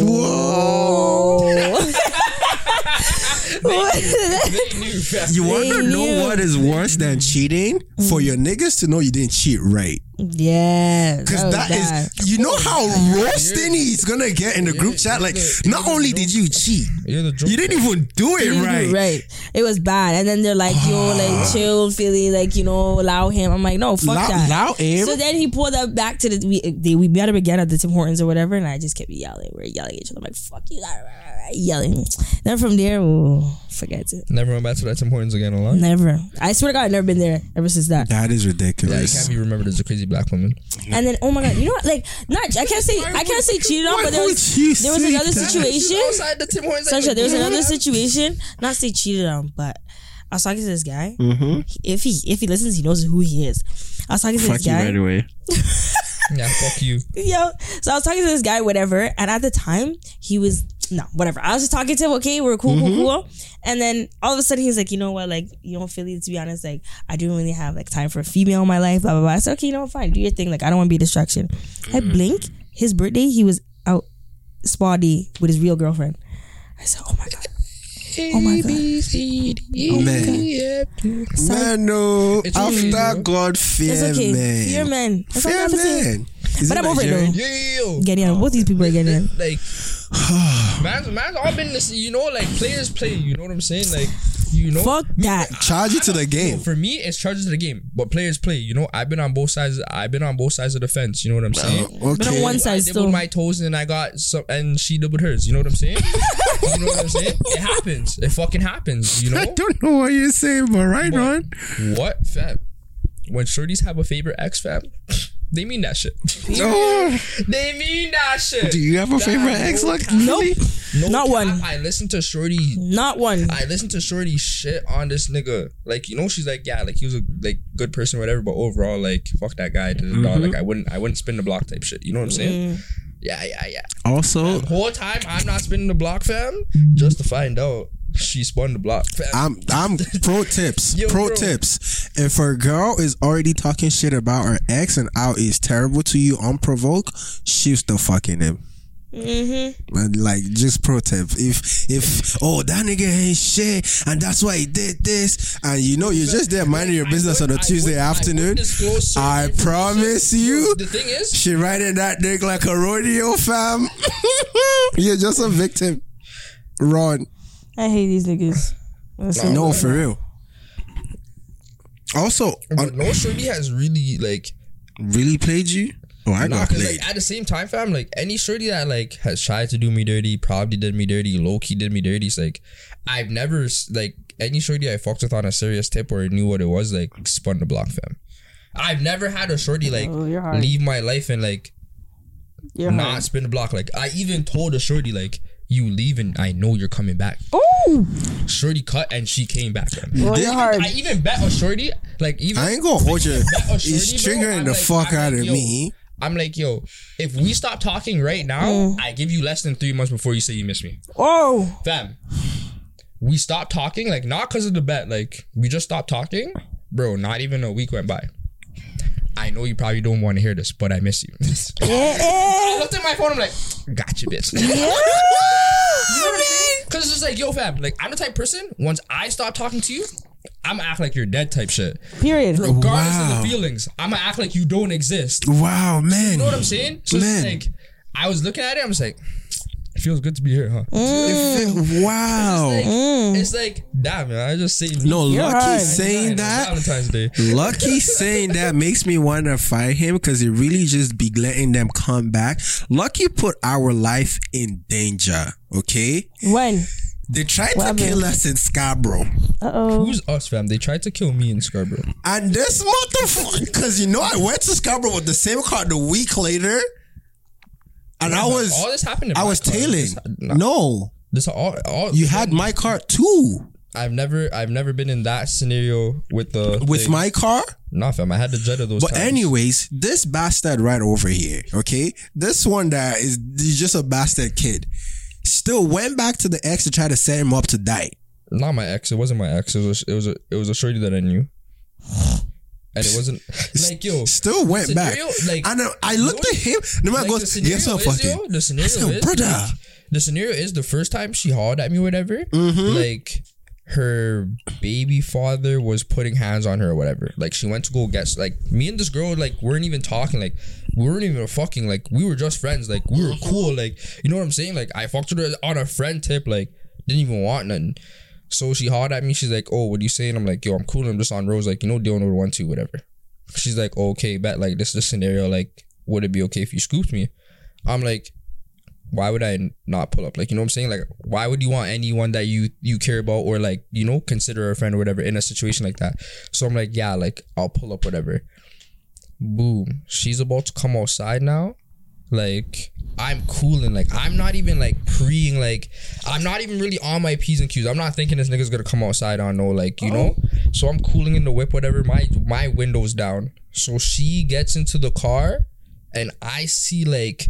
They knew fast. You want to They knew. know what is worse than cheating? For your niggas to know you didn't cheat right. yeah. Because was that bad. is, you know how roasting he's gonna get in the group chat. Like, not only did you cheat, You're the drunk you didn't even do You it do right. right. It was bad. And then they're like, yo, like chill, Philly, like, you know, allow him. I'm like, no, fuck Loud, that. loud aim. So then he pulled up back to the we they, we met him again at the Tim Hortons or whatever, and I just kept yelling. We're yelling at each other. I'm like, "Fuck you!" Yelling. Then from there, oh, forget it. Never went back to that Tim Hortons again. A lot. Never. I swear to God, I've never been there ever since that. that is Yeah, you ridiculous. can't be remembered as a crazy black woman. And then, oh my God, you know what? Like, not I can't say I can't say cheated on, Why but there would you was there was say another that? situation. Outside the Tim Hortons, Sasha, there was yeah. another situation. Not say cheated on, but I was talking to this guy. Mm-hmm. If he if he listens, he knows who he is. I was talking to this guy. away. Yeah, fuck you. Yo, so I was talking to this guy, whatever, and at the time he was no, whatever. I was just talking to him, okay, we're cool, Mm-hmm. cool, cool. And then all of a sudden he's like, you know what, like, you know, Philly, to be honest, like, I didn't really have like time for a female in my life, blah blah blah. I said, okay, you know what, fine, do your thing. Like, I don't want to be a distraction. I Mm-hmm. blink, his birthday, he was out spa day with his real girlfriend. I said, Oh my god. Oh my god. E. Man, man, no. It's okay, After bro. God, fear It's okay. man. Fear men. That's Fear what happens to you. man. Is But I'm over it Nigerian? though. Yo, yo, yo. Getting on. Both these people are getting on. Like, man's, man's all been this, you know, like players play, you know what I'm saying? Like, you know, Fuck that. Charge it to the game. for me, it's charges to the game, but players play, you know, I've been on both sides, I've been on both sides of the fence, you know what I'm saying? But on Okay. one I side dibbled still. my toes and I got some, and she dibbled hers. You know what I'm saying? you know what I'm saying? It happens. It fucking happens. You know don't know what you're saying, but right on. what, fam? When shorties have a favorite ex, fam, they mean that shit. Oh, they mean that shit. do you have a favorite Nah, ex? no Like, cap. really? No Not cap, one. I listened to Shorty Not one. I listened to Shorty shit on this nigga. Like, you know, she's like, yeah, like he was a like good person, whatever. But overall, like, fuck that guy. Da, da, da. Mm-hmm. Like, I wouldn't, I wouldn't spin the block type shit. You know what I'm saying? Yeah, yeah, yeah. Also, Whole time I'm not spinning the block, fam. Just to find out she spun the block, fam. I'm I'm pro tips. Yo, pro bro. tips. If a girl is already talking shit about her ex and out is terrible to you unprovoked, she's still fucking him. Mm-hmm. And like just pro tip. If if oh that nigga ain't shit and that's why he did this and you know you're just there minding your I business would- on a I Tuesday would- I would afternoon. disclose certain I information. promise you. The thing is, She riding that dick like a rodeo fam. you're just a victim. Run. I hate these niggas. No, for real. Also, on- but no Shorty has really like really played you? Oh, I Nah, got 'cause, played. like at the same time, fam, like any shorty that like has tried to do me dirty, probably did me dirty, low key did me dirty. It's like I've never s- like any shorty I fucked with on a serious tip or knew what it was like spun the block, fam. I've never had a shorty like Oh, you're hard. leave my life and like not spin the block. Like I even told a shorty like you leaving, I know you're coming back. Oh, Shorty cut and she came back. Fam. well, Dick. you're hard. I even bet a shorty like even I ain't gonna hold you. a Oh, shorty, It's bro, triggering I'm the like- fuck I'm out like, of yo, me. I'm like, yo, if we stop talking right now, I give you less than three months before you say you miss me. Oh, Fam, we stopped talking, like, not because of the bet, like, we just stopped talking. Bro, not even a week went by. I know you probably don't want to hear this, but I miss you. I looked at my phone, I'm like, gotcha, bitch. Because it's just like, yo, fam, like, I'm the type of person, once I stop talking to you, I'm gonna act like you're dead type shit. period. Regardless Wow. of the feelings, I'm gonna act like you don't exist. Wow, man. You know what I'm saying? So it's Man. like I was looking at it, I'm just like, feels good to be here, huh? Oh. If it- wow. Mm. It's like, damn, man, I just saved No, You're Lucky hard. saying on that. Valentine's Day. Lucky saying that makes me want to fight him because it really just be letting them come back. Lucky put our life in danger. Okay, When? they tried to What happened? kill us in Scarborough, Uh oh. Who's us, fam? They tried to kill me in Scarborough. and this motherfucker. Because you know, I went to Scarborough with the same car the week later, and I was all this happened. in I my was car. tailing. This, nah, No, this all, all you had my car too I've never, I've never been in that scenario with the with thing. my car. Nah, fam, I had to jet of those. But times. anyways, this bastard right over here, okay? This one that is he's just a bastard kid. Still went back to the ex to try to set him up to die. not my ex. It wasn't my ex. It was, it was, a, it was a shorty that I knew, and it wasn't like yo. Still went Scenario, back. like- and I, I looked at him. The man Like, the goes, scenario "Yes, I'm is, yo, fucking." The I scenario said, is, "Brother, the scenario is the first time she hauled at me, whatever. Like her baby father was putting hands on her or whatever. Like she went to go get like me and this girl like weren't even talking. Like we weren't even fucking. Like we were just friends. Like we were cool. Like you know what I'm saying. Like I fucked with her on a friend tip. Like didn't even want nothing. So she hauled at me. She's like, "Oh, what are you saying?" I'm like, "Yo, I'm cool. I'm just on roads. Like you know, dealing with one two, whatever." She's like, "Okay, bet. Like this is the scenario. Like would it be okay if you scooped me?" I'm like, why would I not pull up? Like, you know what I'm saying? Like, why would you want anyone that you you care about or like, you know, consider a friend or whatever in a situation like that? So I'm like, yeah, like I'll pull up whatever. Boom. She's about to come outside now. Like, I'm cooling. Like, I'm not even like preeing. Like, I'm not even really on my P's and Q's. I'm not thinking this nigga's gonna come outside on no, like, you know? So I'm cooling in the whip, whatever. My my window's down. So she gets into the car and I see like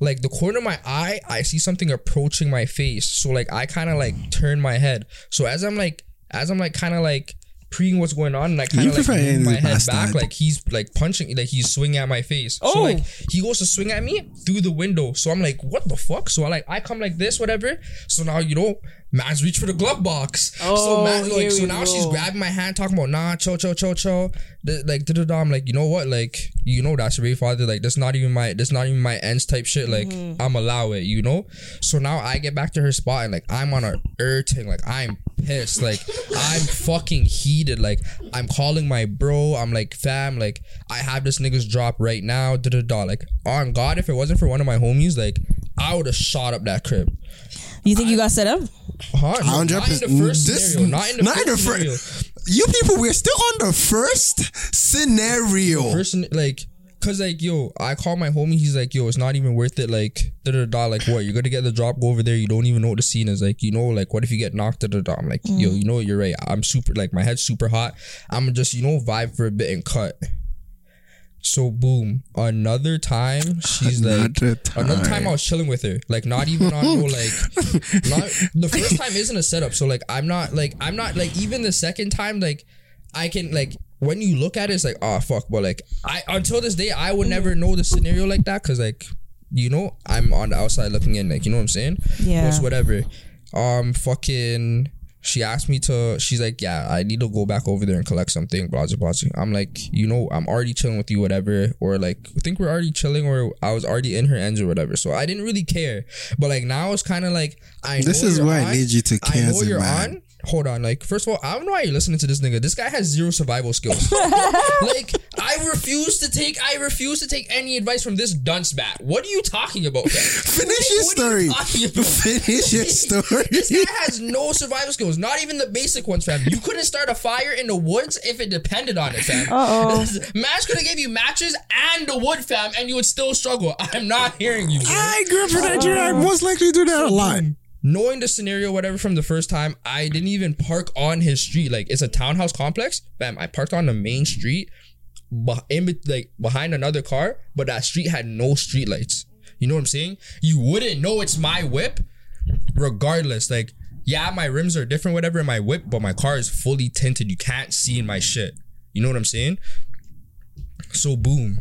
like the corner of my eye, I see something approaching my face. So like I kind of like turn my head. So as I'm like as I'm like kind of like preeing what's going on, and I kind You of like prefer move my any head bastard. back, like he's like punching, like he's swinging at my face. So Oh. like he goes to swing at me through the window. So I'm like, what the fuck? So I like I come like this, whatever. So now you know, man's reach for the glove box. so Oh, man, here like so we now go. she's grabbing my hand, talking about nah, cho cho cho cho, Th- like da da da. I'm like, you know what? Like you know that's your baby father. Like that's not even my that's not even my ends type shit. Like I'm allow it, you know. So now I get back to her spot and like I'm on a urting, like I'm pissed, like I'm fucking heated, like I'm calling my bro. I'm like fam, like I have this nigga's drop right now. Da da da. Like on God, if it wasn't for one of my homies, like. I would have shot up that crib. You think you got set up? Huh? No, hundred not in the percent. first This- scenario. Not in the not in first, the scenario. first. You people, we're still on the first scenario. person like cause like yo, I call my homie, he's like, yo, it's not even worth it, like da da da like what, you're gonna get the drop, go over there, you don't even know what the scene is. Like, you know, like what if you get knocked da da da I'm like, yo, you know what, you're right. I'm super like my head's super hot. I'ma just, you know, vibe for a bit and cut. So boom. Another time she's like Another Another Oh, time time. I was chilling with her. Like not even on no like not the first time isn't a setup. So like I'm not like I'm not like even the second time like I can like when you look at it, it's like oh fuck. But like I until this day I would never know the scenario like that because like you know I'm on the outside looking in. Like you know what I'm saying? Yeah. Most whatever. Um, fucking. She asked me to. She's like, "Yeah, I need to go back over there and collect something." Blah blah blah. I'm like, you know, I'm already chilling with you, whatever. Or like, I think we're already chilling, or I was already in her ends or whatever. So I didn't really care. But like now, it's kind of like I. This know is you're why I on, need you to I know cancel, you're man. on. Hold on, like first of all, I don't know why you're listening to this nigga. This guy has zero survival skills. like I refuse to take, I refuse to take any advice from this dunce bat. What are you talking about? Finish Finish your story. Finish your this story. guy has no survival skills, not even the basic ones, fam. You couldn't start a fire in the woods if it depended on it, fam. Uh-oh. Mash could have gave you matches and the wood, fam, and you would still struggle. I'm not hearing you. bro. I grew up Oh. in Nigeria. I most likely do that a lot. Knowing the scenario, whatever, from the first time, I didn't even park on his street. Like it's a townhouse complex, fam. I parked on the main street, but in bet- like behind another car, but that street had no street lights. You know what I'm saying? You wouldn't know it's my whip regardless. Like, yeah, my rims are different, whatever, in my whip, but my car is fully tinted. You can't see in my shit. You know what I'm saying? So boom.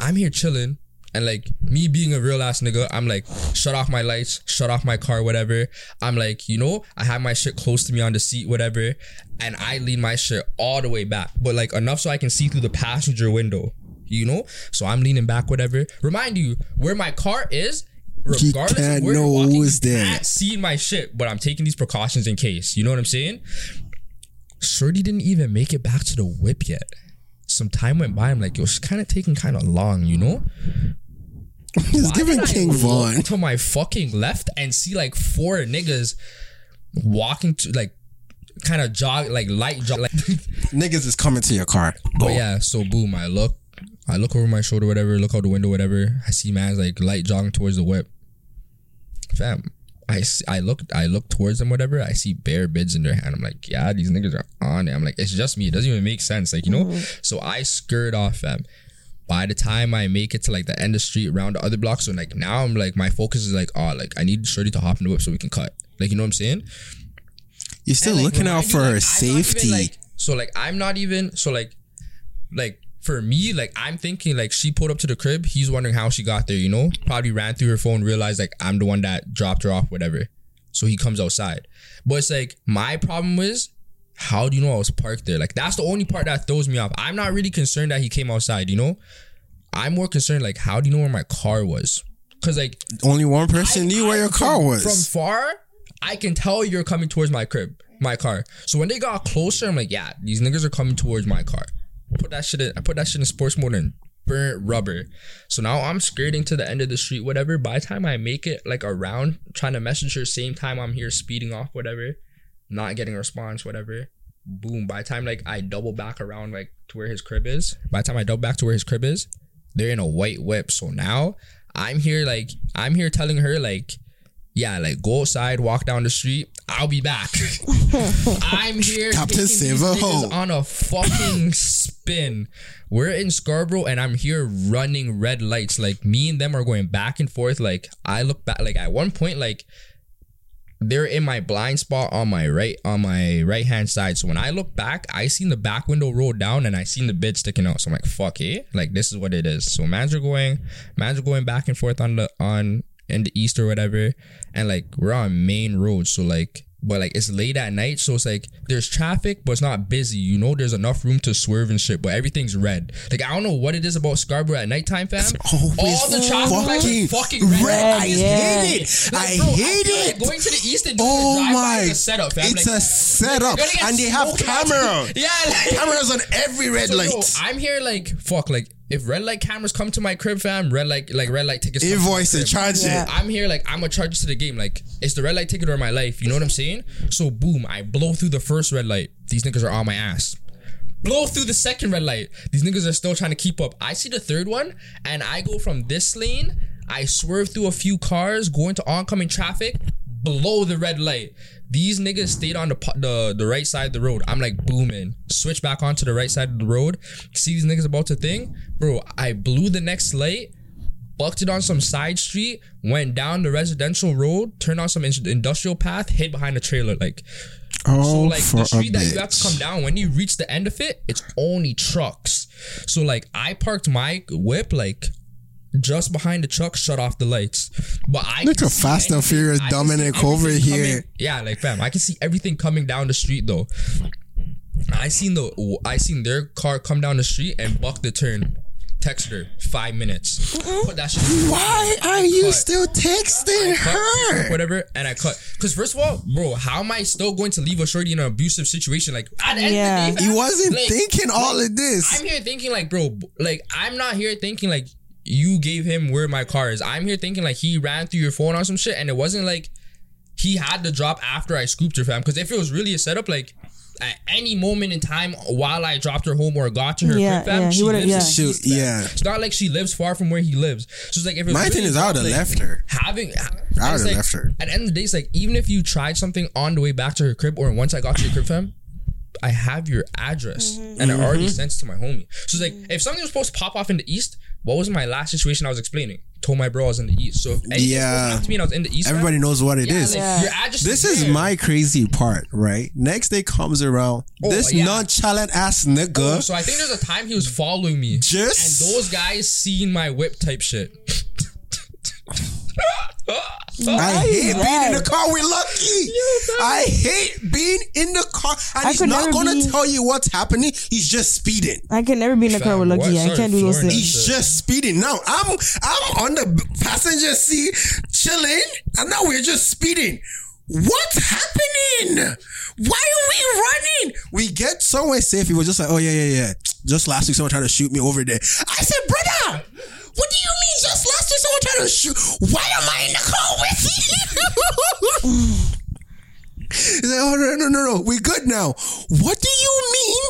I'm here chilling. And like me being a real ass nigga, I'm like, shut off my lights, shut off my car, whatever. I'm like, you know, I have my shit close to me on the seat, whatever. And I lean my shit all the way back, but like enough so I can see through the passenger window, you know? So I'm leaning back, whatever. Remind you, where my car is You regardless can't of where know you're walking, who's you there. can't see my shit, but I'm taking these precautions in case. You know what I'm saying? Shorty didn't even make it back to the whip yet. Some time went by. I'm like, yo, she's kind of taking kind of long, you know? He's Why giving did I King look Vaughn. to my fucking left and see like four niggas walking to like kind of jog like light jog like Niggas is coming to your car. Go. but Oh, yeah so boom I look I look over my shoulder whatever look out the window whatever I see man's like light jogging towards the whip fam I s- I look I look towards them whatever I see bare bids in their hand I'm like yeah these niggas are on it I'm like it's just me it doesn't even make sense like you know so I skirt off fam by the time I make it to like the end of the street around the other block, so like now I'm like my focus is like, oh, like I need Shirley to hop in the whip so we can cut. Like you know what I'm saying? You're still And, like, looking remind out you, like, for I'm her not even, safety. like- so like I'm not even so like like for me, like I'm thinking like she pulled up to the crib, he's wondering how she got there, you know? Probably ran through her phone, realized like I'm the one that dropped her off, whatever. So he comes outside. But it's like my problem is how do you know I was parked there? Like that's the only part that throws me off. I'm not really concerned that he came outside, you know? I'm more concerned like how do you know where my car was? Cause like Only one person knew where your car was. from far, I can tell you're coming towards my crib, my car. So when they got closer, I'm like, yeah, these niggas are coming towards my car. Put that shit. In, I put that shit in sports mode and burnt rubber. So now I'm skirting to the end of the street, whatever. By the time I make it like around, trying to message her, same time I'm here speeding off, whatever, not getting a response, whatever. Boom. By the time like I double back around like to where his crib is, by the time I double back to where his crib is, they're in a white whip. So now I'm here like I'm here telling her like yeah, like go outside, walk down the street. I'll be back. I'm here. Captain taking these Silver niggas Hole. on a fucking spin. We're in Scarborough, and I'm here running red lights. Like me and them are going back and forth. Like I look back. Like at one point, like they're in my blind spot on my right on my right hand side. So when I look back, I seen the back window roll down and I seen the bid sticking out. So I'm like, fuck it. Like this is what it is. So man's are going, man's are going back and forth on the on in the east or whatever. And like we're on main road. So like but like it's late at night, so it's like there's traffic, but it's not busy. You know, there's enough room to swerve and shit, but everything's red. Like I don't know what it is about Scarborough at nighttime, fam. always All the traffic lights fucking are fucking red. red. I I just Yeah. hate hate it. it. I Like, bro, hate feel it. like Going to the east and doing a Oh drive-by my! is a setup, fam. It's Like, a setup, you're gonna get and they have smoked out. camera. Yeah, like- cameras on every red so, light. yo, I'm here like fuck. Like if red light cameras come to my crib, fam. Red light like red light tickets. come to my Invoice and crib. charge Yeah. it. I'm here like I'm a charge to the game. Like it's the red light ticket or my life. You know what I'm saying? So boom, I blow through the first red light. These niggas are on my ass. Blow through the second red light. These niggas are still trying to keep up. I see the third one, and I go from this lane. I swerve through a few cars, go into oncoming traffic, blow the red light. These niggas stayed on the pu- the, the right side of the road. I'm like booming. Switch back onto the right side of the road. See these niggas about to thing, bro. I blew the next light bucked it on some side street, went down the residential road, turned on some in- industrial path, hid behind a trailer. Like Oh, so, like the street that you have to come down when you reach the end of it, it's only trucks. So like I parked my whip like just behind the truck, shut off the lights. But I Look could at see Fast and anything- Furious I could see Dominic over everything coming- here. yeah, like fam, I can see everything coming down the street though. I seen the I seen their car come down the street and buck the turn. Text her five minutes. Put that shit. in- Why are you Cut. still texting cut, her? whatever, and I cut. Because first of all, bro, how am I still going to leave a shorty in an abusive situation? Like, at the end Yeah. of the day, You fam, wasn't like, thinking all of this. I'm here thinking like, bro, b- like I'm not here thinking like you gave him where my car is. I'm here thinking like he ran through your phone or some shit, and it wasn't like he had the drop after I scooped her, fam. Because if it was really a setup, like. At any moment in time, while I dropped her home or got to her, Yeah, crib, fam, yeah, he she would've- lives in yeah. the Shoot, east, fam. yeah. It's not like she lives far from where he lives. So it's like if it was My thing really is, I would have like, left her. having I it's would've like, left her. At the end of the day, it's like even if you tried something on the way back to her crib or once I got to your crib, fam, I have your address and I Mm-hmm. already sent it to my homie. So it's like if something was supposed to pop off in the east, what was my last situation I was explaining? Told my bro I was in the east. So if anything Yeah. was supposed to happen to me and I was in the east, fam, Everybody knows what it yeah, is. like, Yeah. your address This is there. my crazy part, right? Next day comes around. Oh, this yeah. Oh, nonchalant ass nigga. So I think there's a time he was following me, Just- and those guys seen my whip type shit. I Why is hate being in that? the car with Lucky. I hate being in the car, and I he's could not never gonna be- tell you what's happening. He's just speeding. I can never be in a car with Fam, Lucky. what? I Sorry, can't do those Florida. things. He's just speeding. Now I'm I'm on the passenger seat, chilling, and now we're just speeding. What's happening? Why are we running? We get somewhere safe. He was just like, oh yeah, yeah, yeah. Just last week, someone tried to shoot me over there. I said, brother, what do you mean? Just last week, someone tried to shoot. Why am I in the car with you? He said, oh no, no, no, no. We're good now. What do you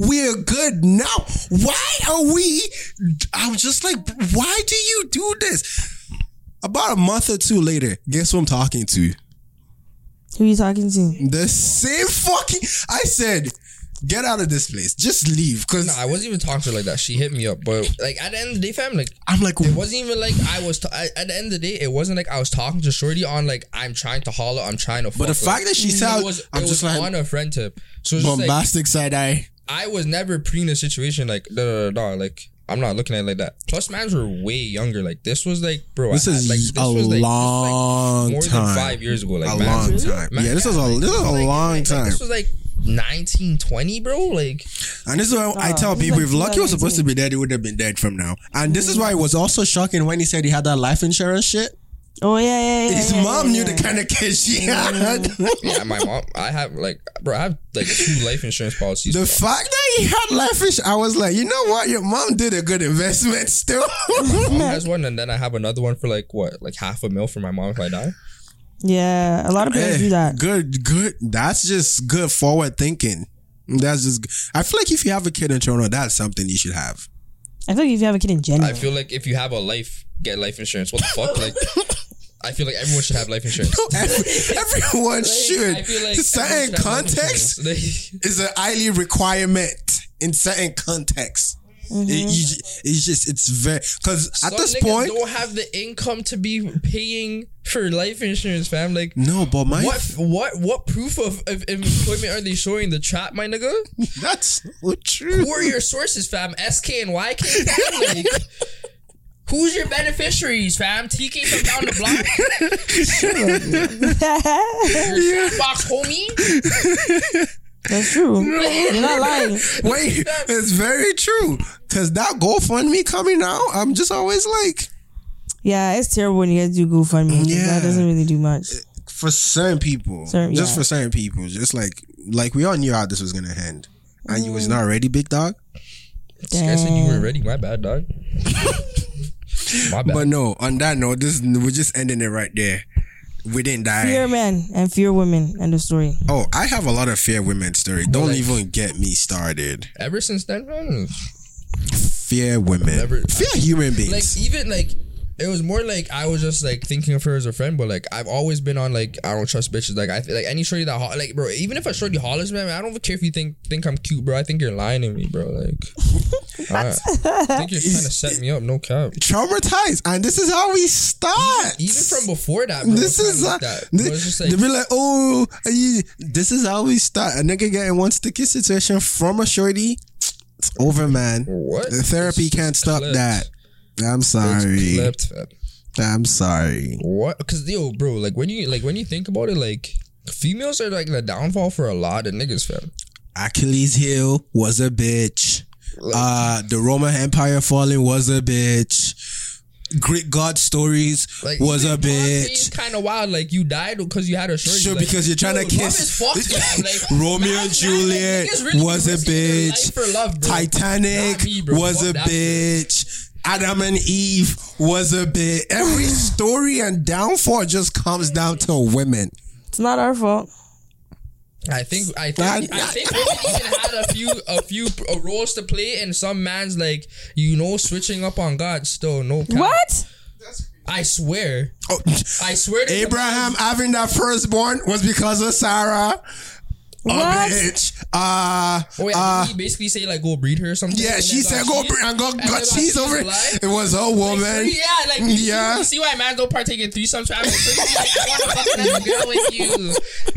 mean? We're good now. Why are we? I was just like, why do you do this? About a month or two later, guess who I'm talking to? Who you talking to? The same fucking. I said, get out of this place. Just leave. Cause Nah, I wasn't even talking to her like that. She hit me up, but like at the end of the day, fam, like I'm like, it wasn't even like I was. T- I, at the end of the day, it wasn't like I was talking to Shorty on like I'm trying to holler, I'm trying to. Fuck, but the like, fact that she it said, was, I'm it just was like on a friend tip. So it's just like bombastic side eye. I was never pre in a situation like no, no, no, no, like. I'm not looking at it like that. Plus, mans were way younger. Like this was like, bro, This I had- is like, this a was, like, long more time. than five years ago. Like a mans long was- time. Man, yeah, this was a this was a like- long like, time. This was like 1920, bro. Like And this is why I Oh, tell this is people like if Lucky was supposed to be dead, he would have been dead from now. And this is why it was also shocking when he said he had that life insurance shit. Oh yeah, yeah, yeah. His yeah, mom yeah, knew yeah. Mm. the kind of kids she had. yeah, my mom. I have like, bro. I have like two life insurance policies. The bro. fact that he had life insurance, I was like, you know what? Your mom did a good investment still. mom has one, and then I have another one for like what, like half a mil for my mom if I die. Yeah, a lot of parents Hey, do that. Good, good. That's just good forward thinking. That's just. I feel like if you have a kid in Toronto, that's something you should have. I feel like if you have a kid in general, I feel like if you have a life, get life insurance. What the fuck, like. I feel like everyone should have life insurance. Every- everyone should. I feel like everyone Certain should have life context, insurance. is a highly requirement in certain contexts. Mm-hmm. It- you- it's just it's very because at Some this niggas point, don't have the income to be paying for life insurance, fam. Like, no, but my what, what, what proof of, of employment are they showing? The trap, my nigga. that's so true. Who are your sources, fam? SK and YK, fam? Like, who's your beneficiaries, fam? TK from down the block? Your box homie? that's true. You're not lying. Wait, it's very true because that GoFundMe coming out, I'm just always like, Yeah, it's terrible when you guys do GoFundMe. Yeah, Yeah. that doesn't really do much. for certain people, Certain- just yeah. for certain people, just like like we all knew how this was gonna end, and you was Mm. not ready, big dog. I said you were ready. My bad, dog. My bad. But no, on that note, this we're just ending it right there. We didn't die. Fear men and fear women. End of story. Oh, I have a lot of fear women story. Don't like- even get me started. Ever since then, fam, Fear women. Never- fear like human beings. even like it was more like I was just like thinking of her as a friend, but like I've always been on like I don't trust bitches. Like I th- like any shorty that ho- like bro, even if a shorty hollers man, I don't care if you think think I'm cute, bro. I think you're lying to me, bro. Like I, I think you're trying to set me up, no cap. Traumatized, and this is how we start. Even from before that, bro, this kinda is like a, that. Bro, it's this, just like they be like, oh, are you- this is how we start. A nigga getting one sticky situation from a shorty. It's over, man. what The therapy It's- can't it's stop clipped. that. I'm It's sorry. clipped, fam. I'm sorry. What? Because yo, bro, like when you like when you think about it, like females are like the downfall for a lot of niggas, fam. Achilles heel was a bitch. Uh, the Roman Empire falling was a bitch. Greek god stories Like was a It's bitch. kind of wild. Like you died because you had a shorty. Sure, like, because you're trying yo, to love kiss- is fucked, fam. Like, Romeo nah, and nah, Juliet niggas really be was a risking their life bitch. for love, bro. Titanic Not me, bro. was Fuck a that bitch. Adam and Eve was a bitch. Every story and downfall just comes down to women. It's not our fault. I think I Nah, think I nah. think women even had a few a few uh, roles to play, and some man's like you know switching up on God still no. Cap. What? I swear, Oh, I swear. To Abraham having that firstborn was because of Sarah. A What? bitch. Uh, Oh yeah, uh, didn't he basically say like go breed her or something. yeah, and she then said, got go cheated? bring and go, then uh, go got cheese cheated over. alive? It was a woman. Yeah, like you Yeah. see why man don't partake in threesomes. fam? Like, I want to fuck another girl with you.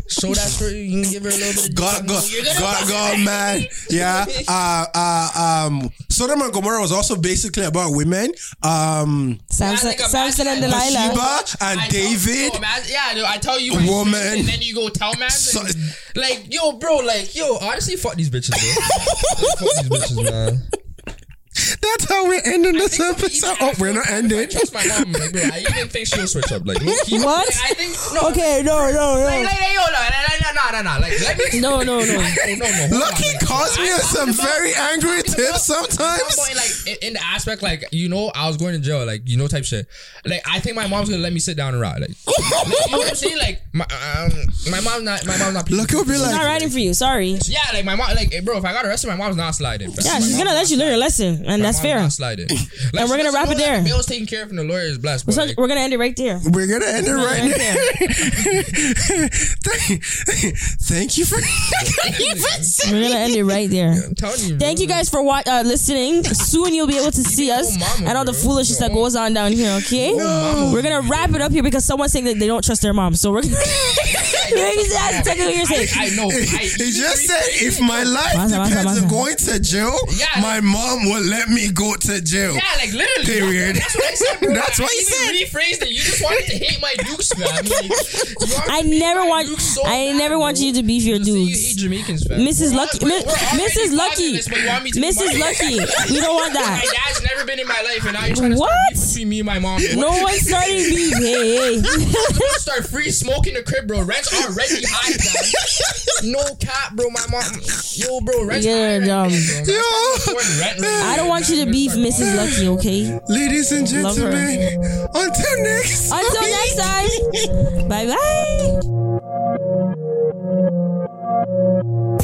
Show that story. You can give her a little bit. Of God, God, God, God, man. Yeah. Uh, uh, um, Sodom and Gomorrah was also basically about women. Um, Samson, like a Samson and Delilah. Bathsheba and I tell- David. yo, man, yeah, yo, I tell you, Woman. woman, and then you go tell man, So- and- like yo, bro, like yo, honestly, fuck these bitches, bro. fuck these bitches, man. That's how we're ending this think so, episode. even Oh, if we're not ending. Trust my mom, like, bro. I even think she'll switch up, like low key. What? Like, I think no. Okay, no, no, Like, like, like, yo, no, no, no, no, no, no, like, let me. no, no, no, no. No, no, hold on, Lucky like, calls me I- on I'm some about- very angry tips I'm sometimes. going, like in, in the aspect like you know I was going to jail like you know type shit like I think my mom's gonna let me sit down and ride like you know what I'm saying like my um, my mom not my mom not Lucky will be I'm not like, writing for you. Sorry. yeah like my mom like eh, bro if I got arrested my mom's not sliding bro. Yeah, My she's mom- gonna let you learn your lesson, and my that's mom's fair. not sliding Like, And we're she gonna doesn't wrap know it that there. the bills taken care of and the lawyer is blessed but So like, we're gonna end it right there. we're gonna end it right right now. Thank- Thank you for. We're gonna end it right there. I'm telling you Thank bro. you guys for wa- uh, listening. Soon you'll be able to see your us own mama, and all the bro. foolishness Your that own- goes on down here. Okay, mama we're gonna wrap it up here because someone's saying that they don't trust their mom. So we're gonna. That's technically what you're saying. I know I, He just said, if my life Masa, masa, depends masa. on going to jail, Yeah. my mom will let me go to jail. Yeah, like literally. Period. That's what I said. Bro. That's what I he said. even Rephrased it. You just wanted to hate my Dukes, man. Like, you wanted I to hate never my want. Dukes so I bad, never want bro. you to beef your So you hate dudes. Jamaicans, fam. Mrs. Lucky, We're Mi- already Mrs. Lucky, fatherless, but you want me to be Mrs. motherless? Lucky. We don't want My that. dad's never been in my life, and now you're trying to What? start beef between me and my mom. No one's starting beef. Hey, hey. Don't start free smoking the crib, bro. Rent's already high, man. No cap, bro. My mom, yo, bro, rent's high Yeah, right dumb. now, bro. Yo, I don't want you to beef Mrs. Lucky. Okay. ladies and Love her. gentlemen, until next Until week. next time. Bye bye.